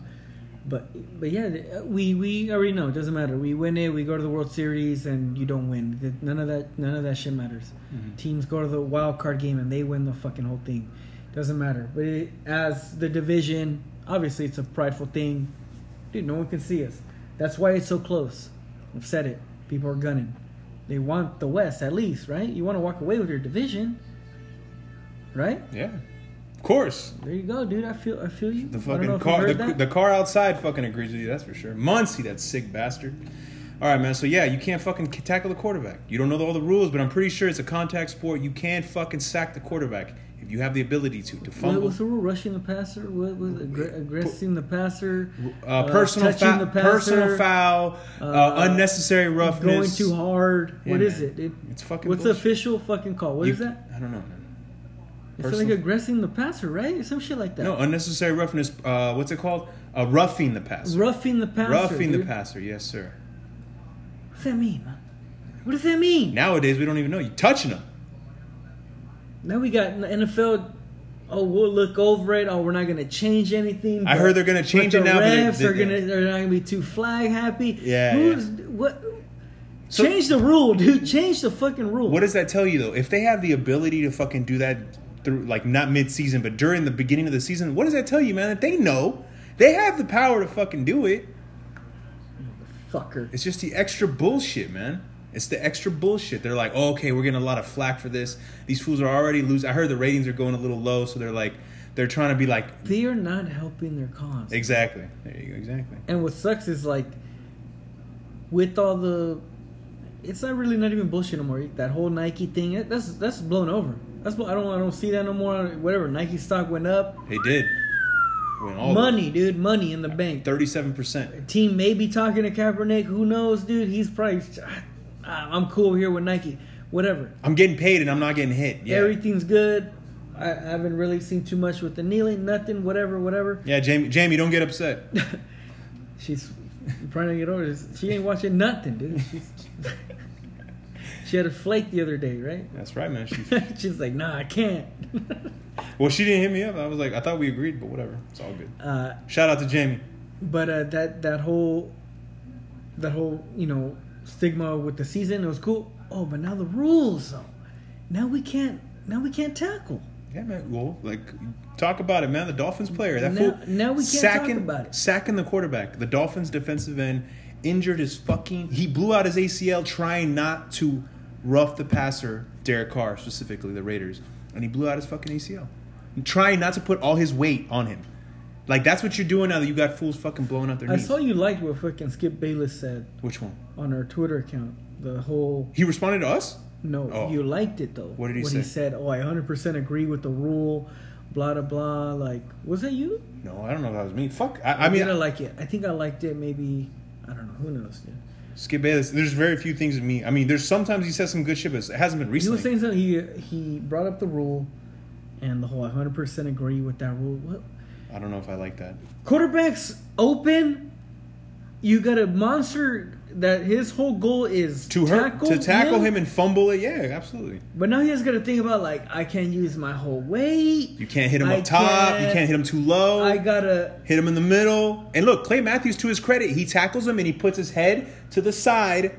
Speaker 2: but yeah, th- uh, we we already know. It doesn't matter. We win it. We go to the World Series, and you don't win. Th- None of that none of that shit matters. Teams go to the wild card game and they win the fucking whole thing. Doesn't matter. But it, as the division, obviously it's a prideful thing. Dude, no one can see us. That's why it's so close. I've said it. People are gunning. They want the West at least, right? You want to walk away with your division, right?
Speaker 1: Yeah. Of course.
Speaker 2: There you go, dude. I feel I feel you.
Speaker 1: The
Speaker 2: I don't
Speaker 1: fucking
Speaker 2: know if you
Speaker 1: car, the,
Speaker 2: heard that.
Speaker 1: the car outside fucking agrees with you. That's for sure. Muncie, that sick bastard. All right, man. So yeah, you can't fucking k- tackle the quarterback. You don't know all the rules, but I'm pretty sure it's a contact sport. You can fucking sack the quarterback if you have the ability to to
Speaker 2: What
Speaker 1: fumble.
Speaker 2: was the rule? Rushing the passer? What was aggra- aggressing the passer?
Speaker 1: uh, personal
Speaker 2: touching
Speaker 1: foul,
Speaker 2: the passer,
Speaker 1: personal foul, uh,
Speaker 2: uh,
Speaker 1: unnecessary
Speaker 2: Going
Speaker 1: roughness.
Speaker 2: too hard.
Speaker 1: Yeah,
Speaker 2: what is
Speaker 1: man.
Speaker 2: it, dude?
Speaker 1: It's fucking
Speaker 2: What's
Speaker 1: bullshit.
Speaker 2: the official fucking call? What
Speaker 1: You-
Speaker 2: is that?
Speaker 1: I don't know, man.
Speaker 2: It's like
Speaker 1: Personal-
Speaker 2: aggressing the passer, right? Some shit like that.
Speaker 1: no, unnecessary roughness. Uh, what's it called? Uh, roughing the passer.
Speaker 2: roughing the passer.
Speaker 1: roughing the
Speaker 2: dude.
Speaker 1: passer. Yes, sir.
Speaker 2: What does that mean, man? What does that mean? Now,
Speaker 1: Nowadays, we don't even know you touching them.
Speaker 2: we got n- NFL. Oh, we'll look over it. Oh, we're not gonna change anything.
Speaker 1: I
Speaker 2: but-
Speaker 1: heard they're gonna
Speaker 2: but
Speaker 1: change
Speaker 2: the
Speaker 1: it now, but they-
Speaker 2: Refs
Speaker 1: they-
Speaker 2: are gonna. They're not gonna be too flag happy.
Speaker 1: Yeah,
Speaker 2: Who's what?
Speaker 1: So-
Speaker 2: change the rule, dude. Change the fucking rule.
Speaker 1: What does that tell you though? If they have the ability to fucking do that through like not mid season, but during the beginning of the season, what does that tell you, man? That they know. They have the power to fucking do it.
Speaker 2: fucker?
Speaker 1: It's just the extra bullshit, man. It's the extra bullshit. They're like, oh, okay, we're getting a lot of flack for this. These fools are already losing. I heard the ratings are going a little low, so they're like, they're trying to be like,
Speaker 2: They are not helping their cause.
Speaker 1: exactly. There you go, exactly.
Speaker 2: And what sucks is like, with all the, it's not really not even bullshit anymore. That whole Nike thing, it, that's that's blown over. That's blo- I don't I don't see that no more. Whatever Nike stock went up,
Speaker 1: They did. Win all
Speaker 2: money, dude, money in the bank.
Speaker 1: Thirty-seven percent.
Speaker 2: Team may be talking to Kaepernick. Who knows, dude? He's probably. "Ah, I'm cool here with Nike. Whatever.
Speaker 1: I'm getting paid and I'm not getting hit. Yeah.
Speaker 2: Everything's good. I, I haven't really seen too much with the kneeling. Nothing. Whatever. Whatever.
Speaker 1: yeah, Jamie. Jamie, don't get upset.
Speaker 2: She's trying to get over this. She ain't watching nothing, dude. She's, <laughs> she had a flake the other day, right? <laughs>
Speaker 1: That's right, man. She
Speaker 2: She's like, nah, I can't. <laughs>
Speaker 1: Well, she didn't hit me up. I was like, I thought we agreed, but whatever. It's all good.
Speaker 2: uh,
Speaker 1: Shout out to Jamie.
Speaker 2: but uh, that that whole that whole you know stigma with the season, it was cool. Oh, but now the rules though. Now we can't now we can't tackle.
Speaker 1: Yeah, man. Well, like, talk about it, man. The Dolphins player. That
Speaker 2: Now-
Speaker 1: fool.
Speaker 2: now we can't
Speaker 1: sacking,
Speaker 2: talk about it.
Speaker 1: Sacking the quarterback. The Dolphins defensive end injured his fucking. He blew out his ACL trying not to rough the passer, Derek Carr specifically, the Raiders, and he blew out his fucking ACL, trying not to put all his weight on him. Like that's what you're doing now that you got fools fucking blowing out their
Speaker 2: I
Speaker 1: knees.
Speaker 2: saw you liked what fucking Skip Bayless said
Speaker 1: Which one?
Speaker 2: on our Twitter account. The whole
Speaker 1: He responded to us.
Speaker 2: no,
Speaker 1: Oh.
Speaker 2: you liked it though.
Speaker 1: What did he
Speaker 2: when
Speaker 1: say?
Speaker 2: He said, "Oh, I 100% agree with the rule." Blah blah blah. Like, was that you?
Speaker 1: No, I don't know if that was me. Fuck. I, I
Speaker 2: did I
Speaker 1: mean,
Speaker 2: like it. I think I liked it. Maybe I don't know. Who knows? Dude.
Speaker 1: Skip Bayless. There's very few things in me. I mean, there's sometimes he says some good shit, but it hasn't been
Speaker 2: He
Speaker 1: recently.
Speaker 2: was saying something. He he brought up the rule, and the whole I 100% agree with that rule. What
Speaker 1: I don't know if I like that.
Speaker 2: quarterbacks open? You got a monster that his whole goal is
Speaker 1: to hurt to tackle him. and fumble it. Yeah, absolutely.
Speaker 2: But now he has got to think about like I can't use my whole weight.
Speaker 1: You can't hit him
Speaker 2: I
Speaker 1: up top. You
Speaker 2: can't-
Speaker 1: can't hit him too low.
Speaker 2: I gotta.
Speaker 1: hit him in the middle. And look, Clay Matthews, to his credit, he tackles him and he puts his head to the side.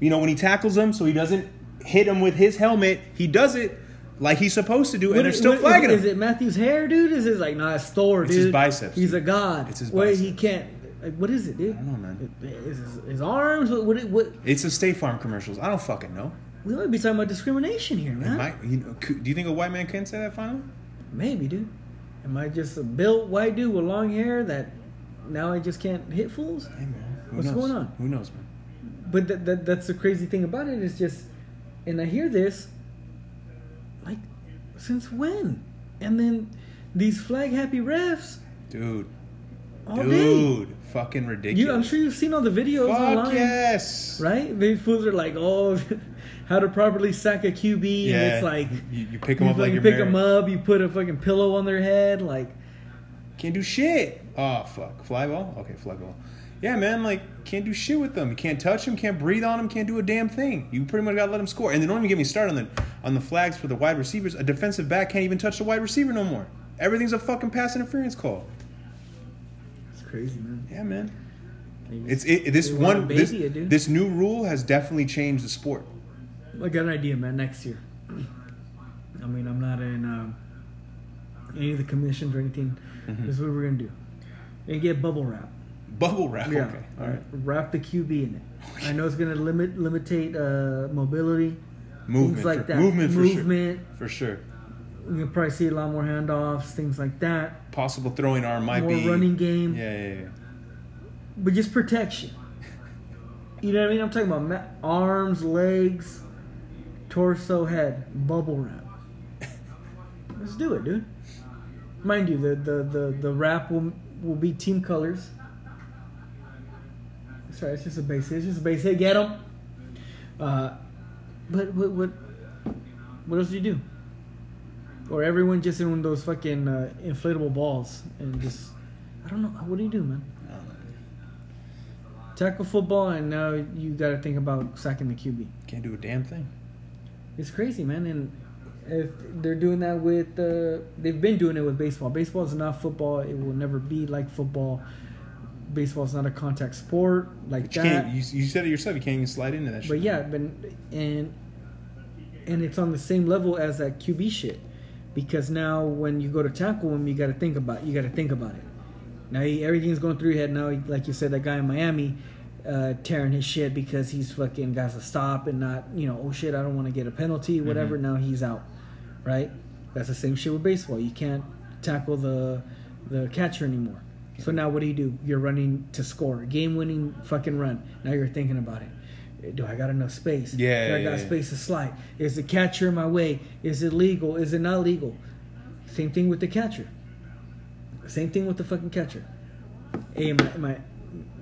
Speaker 1: You know when he tackles him, so he doesn't hit him with his helmet. He does it like he's supposed to do, and they're still
Speaker 2: what-
Speaker 1: flagging him.
Speaker 2: is, Is it Matthew's hair, dude? Is it like nah, it's Thor,
Speaker 1: It's
Speaker 2: dude?
Speaker 1: his biceps,
Speaker 2: He's a
Speaker 1: dude.
Speaker 2: god.
Speaker 1: It's his
Speaker 2: Wait, he
Speaker 1: biceps.
Speaker 2: can't. Like, what is it, dude? I
Speaker 1: don't know, man.
Speaker 2: Is his, his arms? What? What? it- what
Speaker 1: It's a State Farm commercials. I don't fucking know.
Speaker 2: we might be talking about discrimination here, man.
Speaker 1: Am I- you know, could- do you think a white man can say that finally?
Speaker 2: Maybe, dude. Am I just a built white dude with long hair that now I just can't hit fools?
Speaker 1: Hey, man. Who
Speaker 2: What's
Speaker 1: knows?
Speaker 2: going on?
Speaker 1: Who knows, man?
Speaker 2: But that, that that's the crazy thing about it is just, and I hear this, like, since when? And then these flag happy refs
Speaker 1: Dude,
Speaker 2: all day.
Speaker 1: dude, fucking ridiculous.
Speaker 2: Oh, You, I'm sure you've seen all the videos
Speaker 1: Fuck
Speaker 2: online,
Speaker 1: yes.
Speaker 2: right? They fools are like, oh, <laughs> how to properly sack a QB, and it's like
Speaker 1: you, you pick them
Speaker 2: you
Speaker 1: up like
Speaker 2: fucking
Speaker 1: your
Speaker 2: pick them up, you put a fucking pillow on their head, like.
Speaker 1: Can't do shit. Oh fuck, fly ball. Okay, fly ball. Yeah, man, like can't do shit with them. You can't touch them. Can't breathe on them. Can't do a damn thing. You pretty much gotta let them score. And they don't even get me started on the on the flags for the wide receivers. A defensive back can't even touch the wide receiver no more. Everything's a fucking pass interference call.
Speaker 2: It's crazy, man.
Speaker 1: Yeah, man.
Speaker 2: They
Speaker 1: It's
Speaker 2: just-
Speaker 1: it, this
Speaker 2: they wanna
Speaker 1: one
Speaker 2: baby
Speaker 1: this,
Speaker 2: it, dude.
Speaker 1: this new rule has definitely changed the sport.
Speaker 2: I got an idea, man. Next year. I mean, I'm not in um, any of the commissions or anything.
Speaker 1: Mm-hmm.
Speaker 2: This is what we're gonna do. We're gonna get bubble wrap.
Speaker 1: Bubble wrap. Okay. All right.
Speaker 2: Wrap the QB in it. I know it's gonna limit limitate uh, mobility,
Speaker 1: Movement.
Speaker 2: things like
Speaker 1: for,
Speaker 2: that.
Speaker 1: Movement for
Speaker 2: movement.
Speaker 1: sure. For sure.
Speaker 2: You're gonna probably see a lot more handoffs, things like that.
Speaker 1: Possible throwing arm might
Speaker 2: more
Speaker 1: be
Speaker 2: running game,
Speaker 1: Yeah, yeah, yeah.
Speaker 2: but just protection. You know what I mean? I'm talking about ma- arms, legs, torso, head, bubble wrap. Let's do it, dude. Mind you, the the the, the wrap will will be team colors. Sorry, it's just a base hit. It's just a base hit. Get them. Uh, but what what what else do you do? Or everyone just in one of those fucking uh, inflatable balls and just I don't know. What do you do, man?
Speaker 1: I don't know.
Speaker 2: tackle football, and now you got to think about sacking the QB.
Speaker 1: Can't do a damn thing.
Speaker 2: It's crazy, man. And if they're doing that with, uh, they've been doing it with baseball. Baseball is not football. It will never be like football. Baseball is not a contact sport like
Speaker 1: But you
Speaker 2: that.
Speaker 1: can't. You, you said it yourself. You can't even slide into that.
Speaker 2: But
Speaker 1: shit.
Speaker 2: yeah, but and and it's on the same level as that QB shit, because now when you go to tackle him, you got to think about you got to think about it. Now he, everything's going through your head. Now, like you said, that guy in Miami uh, tearing his shit because he's fucking got to stop and not you know oh shit I don't want to get a
Speaker 1: Mm-hmm.
Speaker 2: penalty whatever. Now he's out, right? That's the same shit with baseball. You can't tackle the the catcher anymore. So now what do you do? You're running to score, game winning fucking run. Now you're thinking about it. Do I got enough space?
Speaker 1: Yeah,
Speaker 2: Do I
Speaker 1: yeah,
Speaker 2: got
Speaker 1: yeah.
Speaker 2: space to slide? Is the catcher in my way? Is it legal? Is it not legal? Same thing with the catcher. Same thing with the fucking catcher. Hey, am I, am I,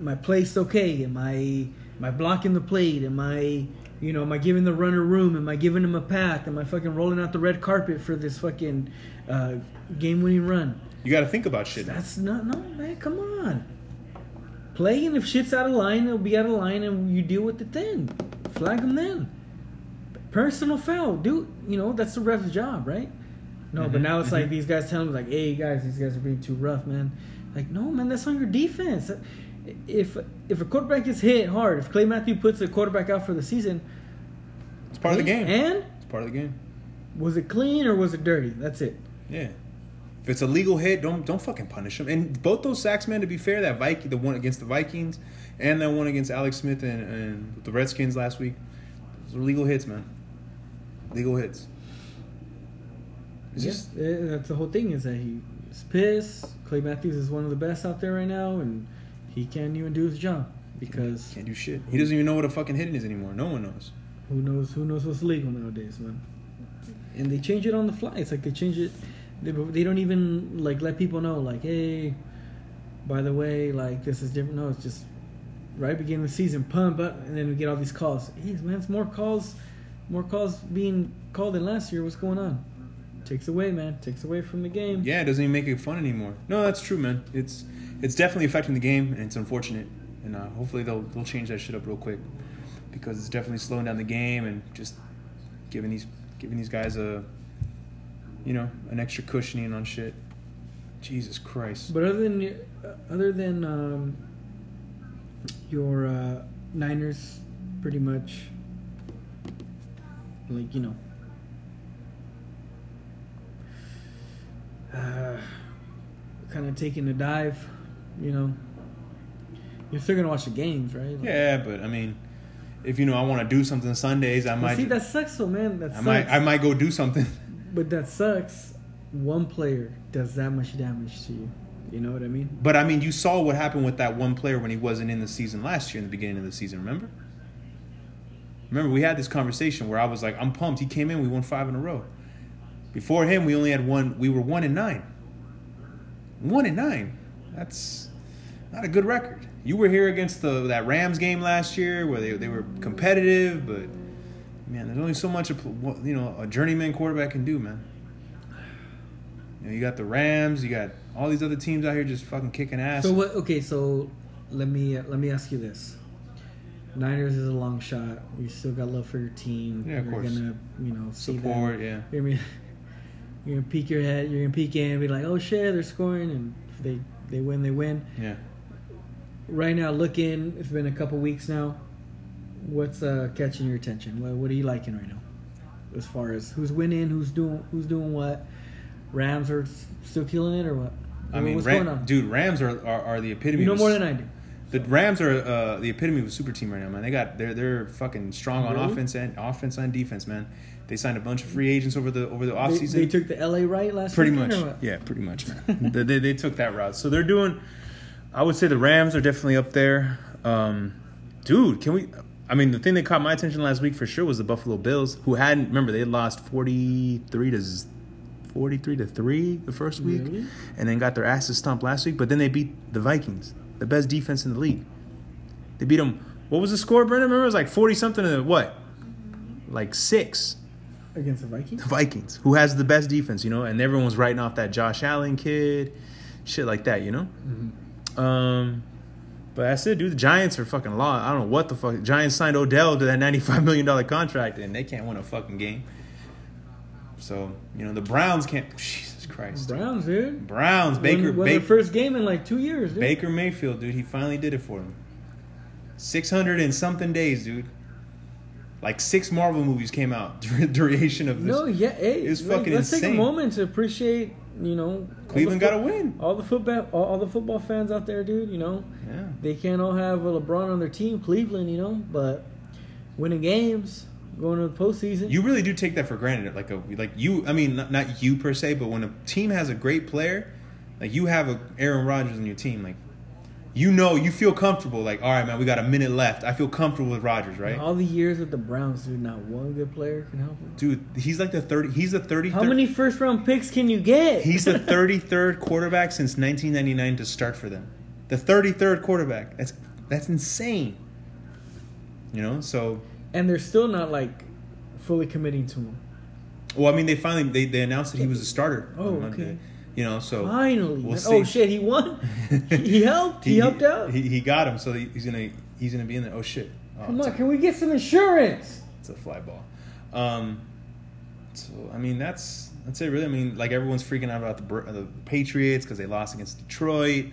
Speaker 2: my place okay? Am I, am I blocking the plate? Am I, you know, am I giving the runner room? Am I giving him a path? Am I fucking rolling out the red carpet for this fucking uh, game-winning run?
Speaker 1: you got to think about shit. now.
Speaker 2: That's not no man. Come on, play and if shit's out of line, it'll be out of line, and you deal with it then. Flag them then. Personal foul, dude. You know that's the ref's job, right? No,
Speaker 1: Mm-hmm,
Speaker 2: but now it's like these guys telling me like, "Hey guys, these guys are being too rough, man." Like, no, man, that's on your defense. If if a quarterback is hit hard, if Clay Matthew puts a quarterback out for the season,
Speaker 1: It's part of the game.
Speaker 2: and
Speaker 1: it's part of the game.
Speaker 2: Was it clean or was it dirty? That's it.
Speaker 1: Yeah. If it's a legal hit, don't don't fucking punish him. And both those sacks, man. To be fair, that Viking, the one against the Vikings, and that one against Alex Smith and, and the Redskins last week, those were legal hits, man. Legal hits. It's
Speaker 2: Yeah,
Speaker 1: just
Speaker 2: eh, that's the whole thing is that he's pissed. Clay Matthews is one of the best out there right now, and he can't even do his job because
Speaker 1: can't do shit. He doesn't even know what a fucking hit is anymore. No one knows.
Speaker 2: who knows who knows what's legal nowadays, man. And they change it on the fly. It's like they change it. They, they don't even like let people know like, hey, by the way, like this is different. No, it's just right beginning of the season, pump up, and then we get all these calls. Hey, man, it's more calls, more calls being called than last year. What's going on? Takes away, man. Takes away from the game.
Speaker 1: Yeah, it doesn't even make it fun anymore. No, that's true, man. It's it's definitely affecting the game, and it's unfortunate. And uh, hopefully they'll they'll change that shit up real quick, because it's definitely slowing down the game and just giving these giving these guys a you know an extra cushioning on shit. Jesus Christ.
Speaker 2: But other than uh, other than um, your uh, Niners, pretty much, like you know, uh, kind of taking a dive. You know, you're still gonna watch the games, right? Like,
Speaker 1: Yeah, but I mean, if you know I want to do something Sundays, I
Speaker 2: but
Speaker 1: might
Speaker 2: see, that sucks, though, man. That
Speaker 1: I
Speaker 2: sucks.
Speaker 1: might I might go do something. <laughs>
Speaker 2: But that sucks. One player does that much damage to you. You know what I mean?
Speaker 1: But I mean, you saw what happened with that one player when he wasn't in the season last year in the beginning of the season, remember? Remember, we had this conversation where I was like, I'm pumped. He came in, we won five in a row. Before him, we only had one, we were one and nine. One and nine. That's not a good record. You were here against the that Rams game last year where they, they were competitive, but man, there's only so much a pl- you know a journeyman quarterback can do, man. You know, you got the Rams, you got all these other teams out here just fucking kicking ass.
Speaker 2: So what? Okay, so let me uh, let me ask you this: Niners is a long shot. We still got love for your team.
Speaker 1: Yeah, of
Speaker 2: you're
Speaker 1: course.
Speaker 2: Gonna you know see them.
Speaker 1: Support, yeah.
Speaker 2: I mean, <laughs> you're gonna peek your head. You're gonna peek in and be like, "Oh shit, they're scoring!" And if they they win, they win.
Speaker 1: Yeah.
Speaker 2: Right now, looking, it's been a couple weeks now. What's uh, catching your attention? What, what are you liking right now, as far as who's winning, who's doing, who's doing what? Rams are s- still killing it, or what?
Speaker 1: I
Speaker 2: What-
Speaker 1: mean,
Speaker 2: what's
Speaker 1: Ram-
Speaker 2: going on?
Speaker 1: dude, Rams are, are, are the epitome.
Speaker 2: you know
Speaker 1: of a
Speaker 2: more
Speaker 1: s-
Speaker 2: than I do.
Speaker 1: The Rams are uh, the epitome of a super team right now, man. They got they're they're fucking strong on
Speaker 2: Really?
Speaker 1: offense and offense and defense, man. They signed a bunch of free agents over the over the
Speaker 2: They,
Speaker 1: offseason.
Speaker 2: they took the LA right last
Speaker 1: pretty
Speaker 2: weekend,
Speaker 1: much,
Speaker 2: Or what?
Speaker 1: yeah, pretty much, man. <laughs> they, they they took that route, so they're doing. I would say the Rams are definitely up there, um, dude. Can we? I mean, the thing that caught my attention last week for sure was the Buffalo Bills, who hadn't remember they lost forty three to forty three to three the first week,
Speaker 2: Really?
Speaker 1: and then got their asses stomped last week. But then they beat the Vikings, the best defense in the league. They beat them. What was the score, Brendan? Remember, it was like forty something to what, like six
Speaker 2: against the Vikings.
Speaker 1: the Vikings, who has the best defense, you know, and everyone was writing off that Josh Allen kid, shit like that, you know.
Speaker 2: Mm-hmm.
Speaker 1: Um, but that's it, dude. The Giants are fucking law. I don't know what the fuck. Giants signed Odell to that ninety-five million dollar contract, and they can't win a fucking game. So you know the Browns can't. <laughs> Jesus Christ,
Speaker 2: Browns, dude.
Speaker 1: Browns Baker
Speaker 2: won, won
Speaker 1: Baker
Speaker 2: their first game in like two years, dude.
Speaker 1: Baker Mayfield, dude, he finally did it for him. 600 and something days, dude. Like six Marvel movies came out <laughs> during the duration of this.
Speaker 2: No, yeah, hey,
Speaker 1: It was
Speaker 2: like,
Speaker 1: fucking
Speaker 2: let's take
Speaker 1: insane.
Speaker 2: a moment to appreciate, you know, all the
Speaker 1: Cleveland got
Speaker 2: fo-
Speaker 1: to win.
Speaker 2: All the football, all, all the football fans out there, dude. You know,
Speaker 1: Yeah.
Speaker 2: they can't all have a LeBron on their team, Cleveland. You know, but winning games, going to the postseason.
Speaker 1: You really do take that for granted. Like a like you, I mean, not, not you per se, but when a team has a great player, like you have a Aaron Rodgers on your team, like you know, you feel comfortable. Like, all right, man, we got a minute left. I feel comfortable with Rodgers, right?
Speaker 2: all the years with the Browns, dude. Not one good player can help them.
Speaker 1: Dude, he's like the thirty. He's the thirty.
Speaker 2: How many first round picks can you get?
Speaker 1: He's the 33rd quarterback since 1999 to start for them. The 33rd quarterback. That's that's insane. You know, so
Speaker 2: and they're still not like fully committing to him.
Speaker 1: well, I mean, they finally they, they announced that he was a starter.
Speaker 2: Oh,
Speaker 1: on Monday.
Speaker 2: okay.
Speaker 1: You know, so
Speaker 2: Finally,
Speaker 1: we'll
Speaker 2: man.
Speaker 1: see.
Speaker 2: oh shit,
Speaker 1: <laughs>
Speaker 2: he won. he, he helped. He, helped out.
Speaker 1: He, he got him, so he- he's gonna he's gonna be in there. Oh shit! Oh,
Speaker 2: Come
Speaker 1: it's
Speaker 2: on,
Speaker 1: a-
Speaker 2: can we get some insurance?
Speaker 1: It's a fly ball. Um, so I mean, that's that's it, really. I mean, like everyone's freaking out about the Br- the Patriots because they lost against Detroit.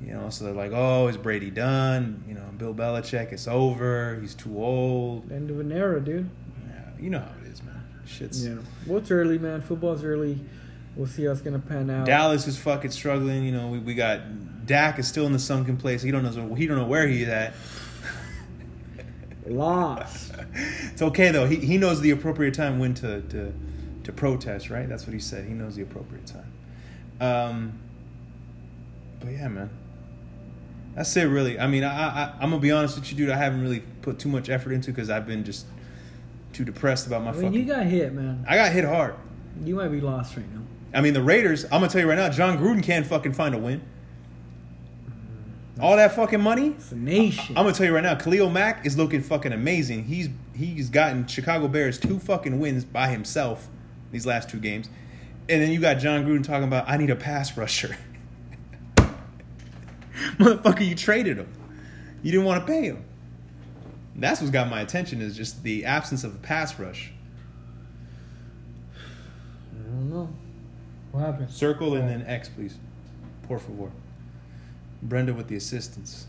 Speaker 1: You know, so they're like, "Oh, is Brady done? You know, Bill Belichick, it's over. He's too old."
Speaker 2: End of an era, dude.
Speaker 1: Yeah, you know how it is, man. Shit's
Speaker 2: Yeah. Well, it's early, man. Football's early. We'll see how it's gonna pan out.
Speaker 1: Dallas is fucking struggling. You know, we, we got Dak is still in the sunken place. He don't know he don't know where he's at. <laughs>
Speaker 2: Lost.
Speaker 1: It's okay though. He he knows the appropriate time when to to, to protest. Right? That's what he said. He knows the appropriate time. Um. But yeah, man. That's it, really. I mean, I, I I'm gonna be honest with you, dude. I haven't really put too much effort into because I've been just too depressed about my
Speaker 2: I mean,
Speaker 1: fucking.
Speaker 2: you got hit, man.
Speaker 1: I got hit hard.
Speaker 2: You might be lost right now.
Speaker 1: I mean, the Raiders, I'm going to tell you right now, John Gruden can't fucking find a win. All that fucking money?
Speaker 2: It's a nation.
Speaker 1: I'm going to tell you right now, Khalil Mack is looking fucking amazing. He's he's gotten Chicago Bears two fucking wins by himself these last two games. And then you got John Gruden talking about I need a pass rusher. <laughs> Motherfucker, you traded him. You didn't want to pay him. That's what's got my attention is just the absence of a pass rush.
Speaker 2: I don't know. What happened?
Speaker 1: Circle and then X, please. Por favor. Brenda with the assistance.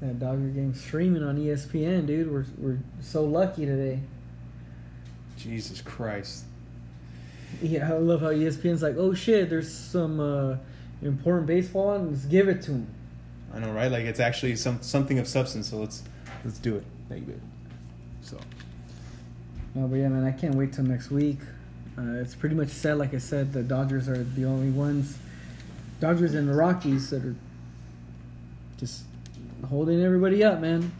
Speaker 2: That Dodger game streaming on E ESPN, dude. We're we're so lucky today.
Speaker 1: Jesus Christ.
Speaker 2: Yeah, I love how ESPN's like, oh shit, there's some uh, important baseball on. Let's give it to him.
Speaker 1: I know, right? Like it's actually some something of substance. So let's let's do it. Thank you. So
Speaker 2: No, but yeah, man, I can't wait till next week. Uh, it's pretty much set, like I said, the Dodgers are the only ones, Dodgers and the Rockies that are just holding everybody up, man.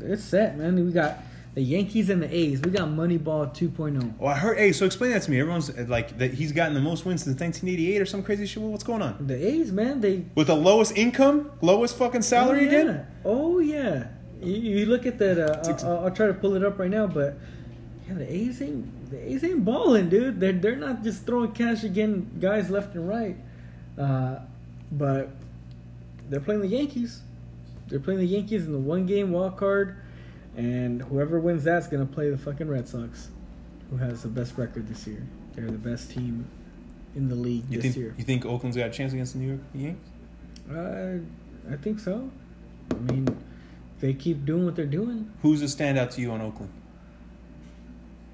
Speaker 2: It's set, man. We got the Yankees and the A's. We got Moneyball 2.0.
Speaker 1: oh, I heard. Hey, so explain that to me. Everyone's uh, like that. He's gotten the most wins since 1988 or some crazy shit. What's going on?
Speaker 2: The A's, man, they
Speaker 1: With the lowest income, lowest fucking salary
Speaker 2: oh, yeah.
Speaker 1: again.
Speaker 2: Oh yeah. You, you look at that. Uh, I'll, I'll- I'll try to pull it up right now, but yeah, the A's ain't the A's ain't balling, dude. They're they're not just throwing cash again, guys left and right. Uh, but they're playing the Yankees. They're playing the Yankees in the one game wild card, and whoever wins that's gonna play the fucking Red Sox, who has the best record this year. They're the best team in the league
Speaker 1: You
Speaker 2: this
Speaker 1: think
Speaker 2: year.
Speaker 1: you think Oakland's got a chance against the New York Yankees?
Speaker 2: Uh, I think so. I mean, they keep doing what they're doing.
Speaker 1: Who's a standout to you on Oakland?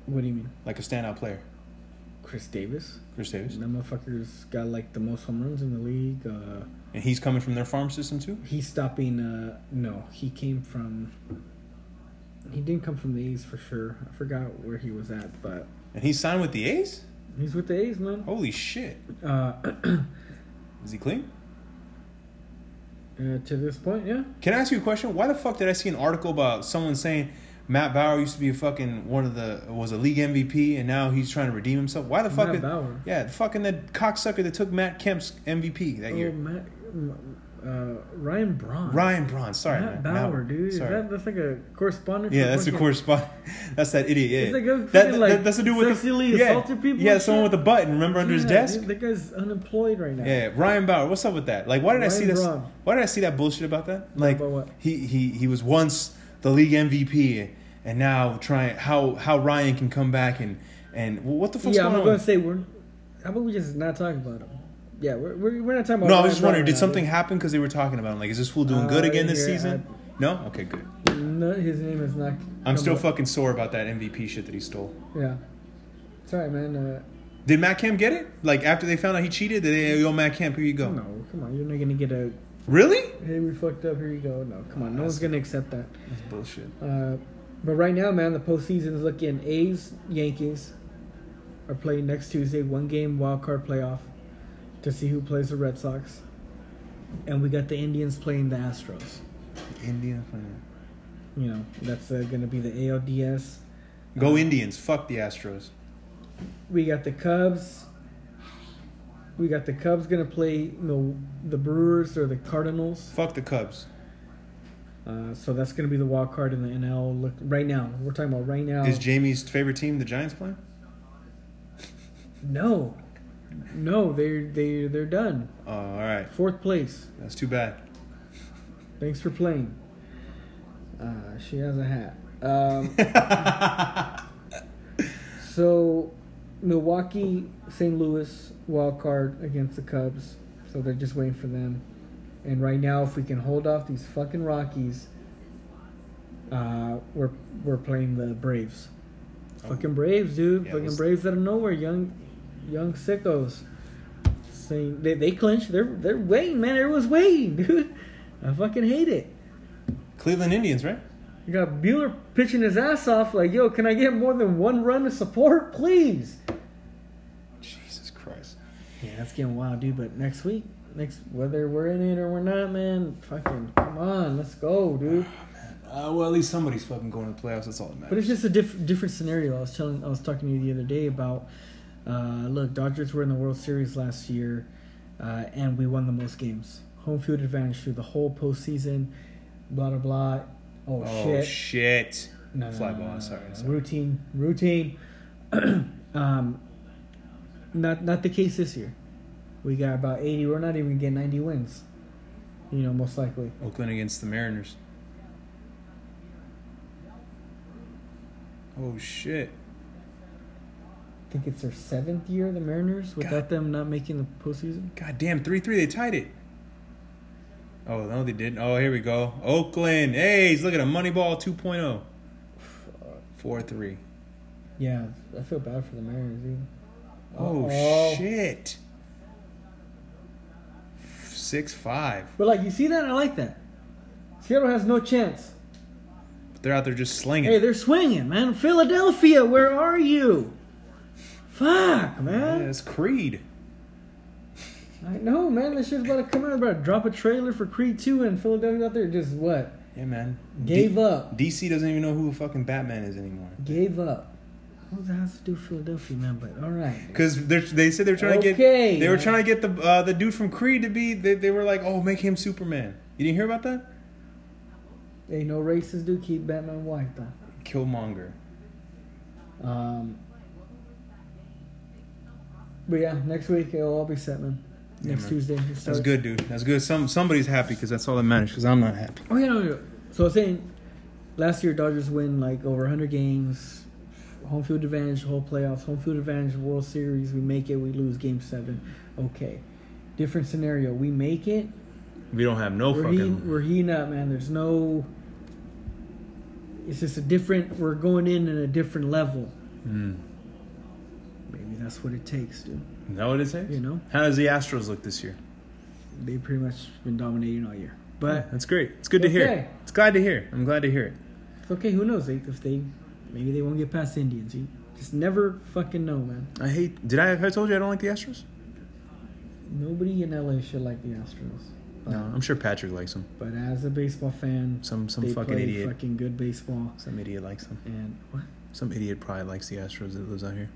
Speaker 2: What do you mean?
Speaker 1: Like a standout player,
Speaker 2: Chris Davis.
Speaker 1: Chris Davis,
Speaker 2: That motherfucker's got like the most home runs in the league. Uh,
Speaker 1: and he's coming from their farm system too.
Speaker 2: he's stopping. Uh, no, he came from. He didn't come from the A's for sure. I forgot where he was at, but
Speaker 1: And he signed with the A's.
Speaker 2: he's with the A's, man.
Speaker 1: Holy shit!
Speaker 2: Uh, <clears throat> uh,
Speaker 1: Is he clean?
Speaker 2: to this point, yeah.
Speaker 1: Can I ask you a question? Why the fuck did I see an article about someone saying Matt Bauer used to be a fucking one of the was a league MVP and now he's trying to redeem himself? Why the fuck?
Speaker 2: Matt
Speaker 1: did-
Speaker 2: Bauer.
Speaker 1: Yeah, the fucking that cocksucker that took Matt Kemp's MVP that
Speaker 2: Oh,
Speaker 1: year.
Speaker 2: Matt, m- uh, Ryan Braun.
Speaker 1: Ryan Braun. Sorry,
Speaker 2: Matt
Speaker 1: man.
Speaker 2: Bauer, dude. Is
Speaker 1: Sorry.
Speaker 2: that, that's like a correspondent.
Speaker 1: yeah,
Speaker 2: for
Speaker 1: that's the
Speaker 2: fucking-
Speaker 1: correspondent. That's that idiot. Yeah.
Speaker 2: It's like a
Speaker 1: That-
Speaker 2: fucking,
Speaker 1: that-
Speaker 2: like,
Speaker 1: that's the dude with
Speaker 2: sexually
Speaker 1: the yeah,
Speaker 2: assaulted people
Speaker 1: Yeah,
Speaker 2: and
Speaker 1: someone
Speaker 2: shit.
Speaker 1: with a button. Remember under his
Speaker 2: Yeah,
Speaker 1: desk.
Speaker 2: dude, that guy's unemployed right now.
Speaker 1: Yeah, Ryan Bauer. What's up with that? Like, why did I see
Speaker 2: Ryan
Speaker 1: this?
Speaker 2: Braun.
Speaker 1: Why did I see that bullshit about that? Like,
Speaker 2: About what?
Speaker 1: he he he was once the league MVP, and now trying how how Ryan can come back and and well, what the fuck's
Speaker 2: yeah, I'm
Speaker 1: going
Speaker 2: not
Speaker 1: on?
Speaker 2: gonna say we're. How about we just not talk about him? Yeah, we're, we're, we're not talking about.
Speaker 1: no, I
Speaker 2: Ryan
Speaker 1: was just wondering,
Speaker 2: Braun
Speaker 1: did something happen because they were talking about him? Like, is this fool doing good
Speaker 2: Uh,
Speaker 1: again this
Speaker 2: yeah,
Speaker 1: season? no. Okay, good.
Speaker 2: right now, dude. No, his name is not.
Speaker 1: I'm
Speaker 2: come
Speaker 1: still
Speaker 2: up.
Speaker 1: fucking sore about that MVP shit that he stole.
Speaker 2: Yeah. Sorry, man. Uh,
Speaker 1: Did Matt Kemp get it? Like after they found out he cheated, did they yo Matt Kemp, here you go.
Speaker 2: no, come on. You're not gonna get a.
Speaker 1: Really?
Speaker 2: Hey, we fucked up. Here you go. No, come on. No one's gonna accept that.
Speaker 1: That's bullshit.
Speaker 2: Uh, but right now, man, the postseason is looking A's, Yankees are playing next Tuesday, one game wild card playoff to see who plays the Red Sox. And we got the Indians playing the Astros.
Speaker 1: Indian fan.
Speaker 2: You know, that's uh, going to be the ALDS. Uh-huh.
Speaker 1: Go Indians. Fuck the Astros.
Speaker 2: We got the Cubs. We got the Cubs going to play the, the Brewers or the Cardinals.
Speaker 1: Fuck the Cubs.
Speaker 2: Uh, so that's going to be the wild card in the NL. Look, right now, we're talking about right now.
Speaker 1: Is Jamie's favorite team the Giants playing?
Speaker 2: no, no, they're they they're done.
Speaker 1: Oh, all right.
Speaker 2: Fourth place.
Speaker 1: That's too bad. <laughs>
Speaker 2: Thanks for playing. Uh, she has a hat.
Speaker 1: <laughs>
Speaker 2: Um, so, Milwaukee, St. Louis, wild card against the Cubs. So they're just waiting for them. And right now, if we can hold off these fucking Rockies, uh, we're we're playing the Braves. Fucking Braves, dude.
Speaker 1: Yeah,
Speaker 2: Fucking
Speaker 1: let's-
Speaker 2: Braves out of nowhere. Young, young sickos. Saying they they clinched. They're they're waiting, man. Everyone's waiting, <laughs> dude. I fucking hate it.
Speaker 1: Cleveland Indians, right?
Speaker 2: You got Bueller pitching his ass off, like, yo, can I get more than one run to support, please?
Speaker 1: Jesus Christ.
Speaker 2: Yeah, that's getting wild, dude. But next week, next whether we're in it or we're not, man, fucking come on, let's go, dude.
Speaker 1: Uh, well, at least somebody's fucking going to the playoffs. That's all that matters.
Speaker 2: But it's just a diff- different scenario. I was telling, I was talking to you the other day about, uh, look, Dodgers were in the World Series last year, uh, and we won the most games, home field advantage through the whole postseason, blah blah blah. Oh,
Speaker 1: oh
Speaker 2: shit!
Speaker 1: shit.
Speaker 2: No, no,
Speaker 1: Fly
Speaker 2: no,
Speaker 1: ball.
Speaker 2: no, no,
Speaker 1: sorry.
Speaker 2: no.
Speaker 1: sorry.
Speaker 2: Routine, routine. <clears throat> um, not not the case this year. We got about eighty. We're not even getting ninety wins. You know, most likely.
Speaker 1: Oakland against the Mariners. Oh shit.
Speaker 2: I think it's their seventh year, the Mariners, without
Speaker 1: God.
Speaker 2: them not making the postseason.
Speaker 1: God damn, 3 3, they tied it. Oh, no, they didn't. Oh, here we go. Oakland. Hey, he's looking at Moneyball oh. 2.0. 4 3.
Speaker 2: Yeah, I feel bad for the Mariners, dude.
Speaker 1: Oh,
Speaker 2: Uh-oh.
Speaker 1: shit. 6 5.
Speaker 2: But like, you see that? I like that. Seattle has no chance.
Speaker 1: They're out there just slinging.
Speaker 2: Hey, they're swinging, man. Philadelphia, where are you? Fuck,
Speaker 1: Yeah,
Speaker 2: man.
Speaker 1: it's Creed.
Speaker 2: I know, man. This shit's about to come out. About to drop a trailer for Creed 2 and Philadelphia out there just what?
Speaker 1: Yeah, man.
Speaker 2: Gave
Speaker 1: D-
Speaker 2: up.
Speaker 1: DC doesn't even know who fucking Batman is anymore.
Speaker 2: Gave up. What does that have to do with Philadelphia, man? But all right.
Speaker 1: Because they said they were trying to
Speaker 2: Okay.
Speaker 1: get they were trying to get the uh, the dude from Creed to be they, they were like oh make him Superman you didn't hear about that
Speaker 2: Ain't no races do keep Batman white, though.
Speaker 1: Killmonger
Speaker 2: Um, but yeah, next week it'll all be set, man.
Speaker 1: Yeah,
Speaker 2: Next
Speaker 1: man.
Speaker 2: Tuesday. it
Speaker 1: That's
Speaker 2: starts.
Speaker 1: good, dude. That's good. Some somebody's happy because that's all that matters. Because I'm not happy.
Speaker 2: Oh, yeah, no, no. So I was saying, last year Dodgers win like over 100 games, home field advantage, whole playoffs, home field advantage, World Series. We make it, we lose Game Seven. Okay, different scenario. We make it.
Speaker 1: We don't have no
Speaker 2: we're, he,
Speaker 1: fucking.
Speaker 2: we're heating up, man. There's no. It's just a different. We're going in at a different level.
Speaker 1: Mm.
Speaker 2: Maybe that's what it takes, dude.
Speaker 1: Is that what it takes?
Speaker 2: You know?
Speaker 1: How does the Astros look this year?
Speaker 2: They pretty much been dominating all year, but
Speaker 1: That's great. It's good to hear.
Speaker 2: Okay.
Speaker 1: It's glad to hear. I'm glad to hear it.
Speaker 2: it's okay. Who knows? They, if they, maybe they won't get past the Indians. You just never fucking know, man.
Speaker 1: I hate. Did I have I told you I don't like the Astros?
Speaker 2: Nobody in LA should like the Astros. But,
Speaker 1: No, I'm sure Patrick likes them.
Speaker 2: But as a baseball fan,
Speaker 1: Some some
Speaker 2: they
Speaker 1: fucking
Speaker 2: play
Speaker 1: idiot.
Speaker 2: fucking good baseball.
Speaker 1: Some idiot likes them.
Speaker 2: And what?
Speaker 1: Some idiot probably likes the Astros that lives out here.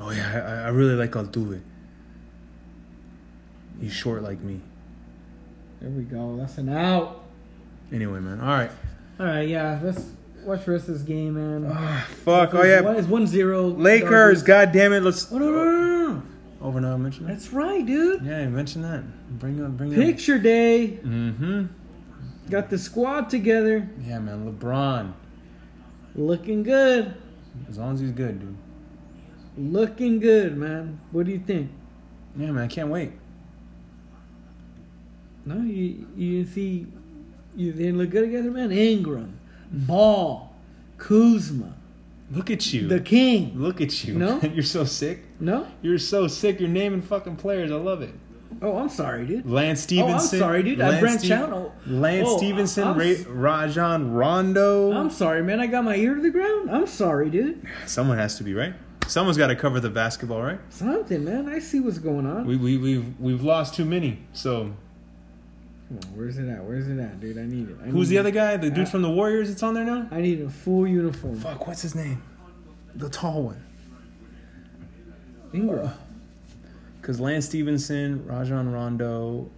Speaker 1: Oh yeah, I, I really like Altuve. He's short like me.
Speaker 2: There we go. That's an out.
Speaker 1: Anyway, man. All
Speaker 2: <sighs>
Speaker 1: right.
Speaker 2: All right, yeah. Let's watch the rest of this game, man.
Speaker 1: Ah, fuck. Oh yeah.
Speaker 2: It's 1 0.
Speaker 1: Lakers. God damn it. Let's. Oh,
Speaker 2: Oh, no, no, no, no.
Speaker 1: Over now. Mention that.
Speaker 2: That's right, dude.
Speaker 1: Yeah, you mentioned that. Bring up, bring up.
Speaker 2: Picture day.
Speaker 1: Mm-hmm.
Speaker 2: Got the squad together.
Speaker 1: Yeah, man. LeBron,
Speaker 2: Looking good.
Speaker 1: as long as he's good, dude.
Speaker 2: Looking good, man. What do you think?
Speaker 1: Yeah, man. I can't wait.
Speaker 2: No, you you didn't see you they didn't look good together, man. Ingram, Ball, Kuzma,
Speaker 1: Look at you.
Speaker 2: the King.
Speaker 1: Look at you.
Speaker 2: No?
Speaker 1: <laughs> You're so sick.
Speaker 2: No?
Speaker 1: You're so sick. You're naming fucking players. I love it.
Speaker 2: Oh, I'm sorry, dude.
Speaker 1: Lance Stevenson.
Speaker 2: sorry, dude. I branched
Speaker 1: Steven-
Speaker 2: out. Oh,
Speaker 1: Lance
Speaker 2: oh, I-
Speaker 1: Stevenson.
Speaker 2: I'm
Speaker 1: Ra-
Speaker 2: s-
Speaker 1: Rajon Rondo.
Speaker 2: Oh, I'm sorry, man. I got my ear to the ground. I'm sorry, dude.
Speaker 1: Someone has to be right. Someone's got to cover the basketball, right?
Speaker 2: Something, man. I see what's going on.
Speaker 1: We we we've we've lost too many. So
Speaker 2: Come on, where's it at? Where's it at, dude? I need it. I
Speaker 1: who's
Speaker 2: need
Speaker 1: the other
Speaker 2: it.
Speaker 1: guy? The
Speaker 2: Uh,
Speaker 1: dude from the Warriors. It's on there now.
Speaker 2: I need a full uniform.
Speaker 1: Fuck. What's his name? The tall one.
Speaker 2: Ingram.
Speaker 1: Because Lance Stevenson, Rajon Rondo,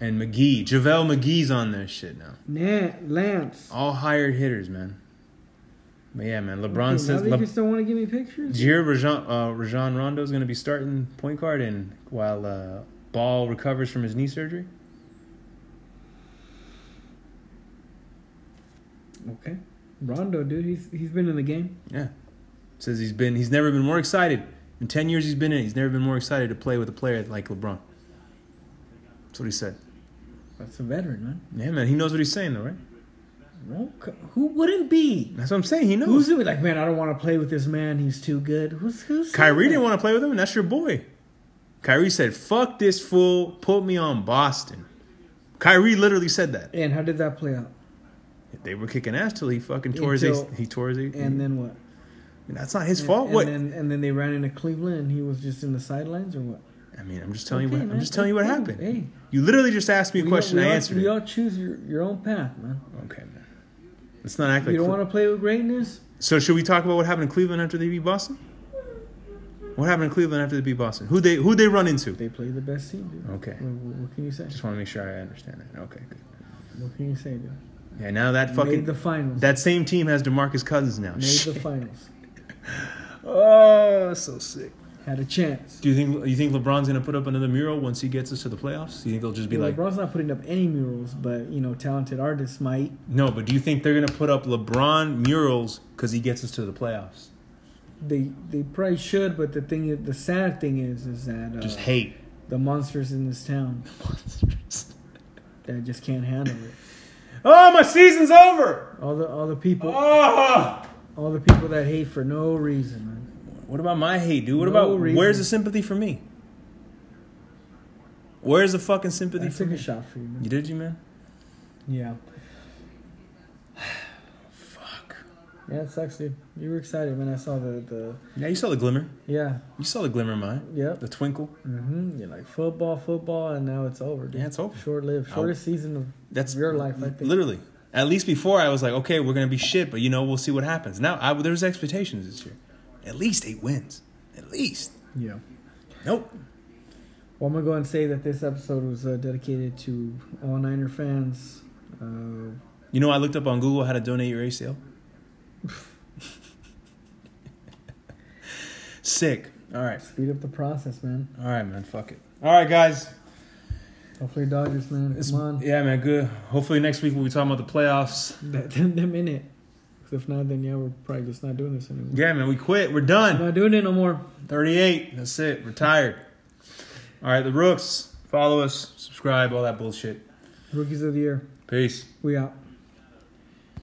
Speaker 1: and McGee, JaVale McGee's on this shit now.
Speaker 2: Nah, Lance.
Speaker 1: All hired hitters, man. But yeah, man. LeBron
Speaker 2: Okay, now
Speaker 1: says
Speaker 2: they
Speaker 1: Le-
Speaker 2: just don't want to give me pictures.
Speaker 1: Jir Rajon, uh, Rajon Rondo is going to be starting point guard, and while uh, Ball recovers from his knee surgery.
Speaker 2: Okay. Rondo, dude. He's he's been in the game.
Speaker 1: Yeah, says he's been he's never been more excited. In ten years he's been in, it, he's never been more excited to play with a player like LeBron. That's what he said.
Speaker 2: That's a veteran, man.
Speaker 1: Yeah, man. He knows what he's saying, though, right?
Speaker 2: Well, c- who wouldn't be?
Speaker 1: That's what I'm saying. He knows.
Speaker 2: Who's gonna be like, man, I don't want to play with this man. He's too good. Who's who's
Speaker 1: Kyrie didn't want to play with him, and that's your boy. Kyrie said, "Fuck this fool. Put me on Boston." Kyrie literally said that.
Speaker 2: And how did that play out?
Speaker 1: They were kicking ass till he fucking tore his.
Speaker 2: Until-
Speaker 1: He tore his.
Speaker 2: And then what?
Speaker 1: that's not his
Speaker 2: And-
Speaker 1: fault.
Speaker 2: And,
Speaker 1: what?
Speaker 2: Then, and then they ran into Cleveland. and He was just in the sidelines, or what?
Speaker 1: I mean, I'm just telling you
Speaker 2: Okay,
Speaker 1: what. I'm
Speaker 2: man.
Speaker 1: just telling you what
Speaker 2: Hey,
Speaker 1: happened.
Speaker 2: hey.
Speaker 1: You literally just asked me a
Speaker 2: We all-
Speaker 1: question.
Speaker 2: we
Speaker 1: I
Speaker 2: all-
Speaker 1: answered
Speaker 2: We
Speaker 1: it.
Speaker 2: all choose your, your own path, man.
Speaker 1: okay, man. Let's not act
Speaker 2: You
Speaker 1: like.
Speaker 2: don't
Speaker 1: Cle-
Speaker 2: want to play with greatness.
Speaker 1: so should we talk about what happened in Cleveland after they beat Boston? What happened in Cleveland after they beat Boston? Who they who they run into?
Speaker 2: They play the best team, dude.
Speaker 1: Okay.
Speaker 2: What, what- what can you say?
Speaker 1: Oh. Just want to make sure I understand that. Okay, good.
Speaker 2: What can you say, dude?
Speaker 1: Yeah, now that fucking
Speaker 2: Made the finals.
Speaker 1: that same team has Demarcus Cousins now.
Speaker 2: Made the finals.
Speaker 1: Oh, so sick.
Speaker 2: Had a chance.
Speaker 1: Do you think you think LeBron's gonna put up another mural once he gets us to the playoffs? Do you think they'll just be like,
Speaker 2: LeBron's not putting up any murals, but you know, talented artists might.
Speaker 1: no? But do you think they're gonna put up LeBron murals because he gets us to the playoffs?
Speaker 2: They they probably should, but the thing, is, the sad thing is, is that uh,
Speaker 1: Just hate.
Speaker 2: the monsters in
Speaker 1: <laughs>
Speaker 2: this town that just can't handle it.
Speaker 1: Oh, my season's over.
Speaker 2: All the all the people,
Speaker 1: Oh.
Speaker 2: all the people that hate for no reason, man.
Speaker 1: What about my hate, dude? What
Speaker 2: No
Speaker 1: about
Speaker 2: reason.
Speaker 1: where's the sympathy for me? Where's the fucking sympathy
Speaker 2: I
Speaker 1: for
Speaker 2: took
Speaker 1: me?
Speaker 2: a shot for you, man.
Speaker 1: You did you, man?
Speaker 2: Yeah,
Speaker 1: Fuck.
Speaker 2: yeah, it sucks, dude. You were excited, man. I saw the the
Speaker 1: Yeah, you saw the glimmer.
Speaker 2: yeah,
Speaker 1: You saw the glimmer in my eye.
Speaker 2: yep.
Speaker 1: The twinkle.
Speaker 2: Mm-hmm. You're like football, football, and now it's over, dude.
Speaker 1: Yeah, it's over.
Speaker 2: Short lived, shortest season of
Speaker 1: That's
Speaker 2: Your life, I think.
Speaker 1: Literally. At least before I was like, okay, we're gonna be shit, but you know, we'll see what happens. Now I, there's expectations this year. At least eight wins. At least.
Speaker 2: yeah.
Speaker 1: Nope.
Speaker 2: Well, I'm gonna go and say that this episode was uh, dedicated to all Niner fans. Uh,
Speaker 1: You know, I looked up on Google how to donate your ACL. Sick. All right.
Speaker 2: speed up the process, man.
Speaker 1: All right, man. Fuck it. All right, guys.
Speaker 2: Hopefully, Dodgers, man.
Speaker 1: It's-
Speaker 2: Come on,
Speaker 1: Yeah, man. Good. Hopefully next week we'll be talking about the playoffs.
Speaker 2: Let them, them in it. 'Cause if not, then yeah, we're probably just not doing this anymore.
Speaker 1: Yeah, man. We quit. We're
Speaker 2: I'm
Speaker 1: done.
Speaker 2: not doing it no more.
Speaker 1: 38. That's it. We're tired. All right, the Rooks. Follow us. Subscribe. All that bullshit.
Speaker 2: Rookies of the year.
Speaker 1: Peace.
Speaker 2: We out.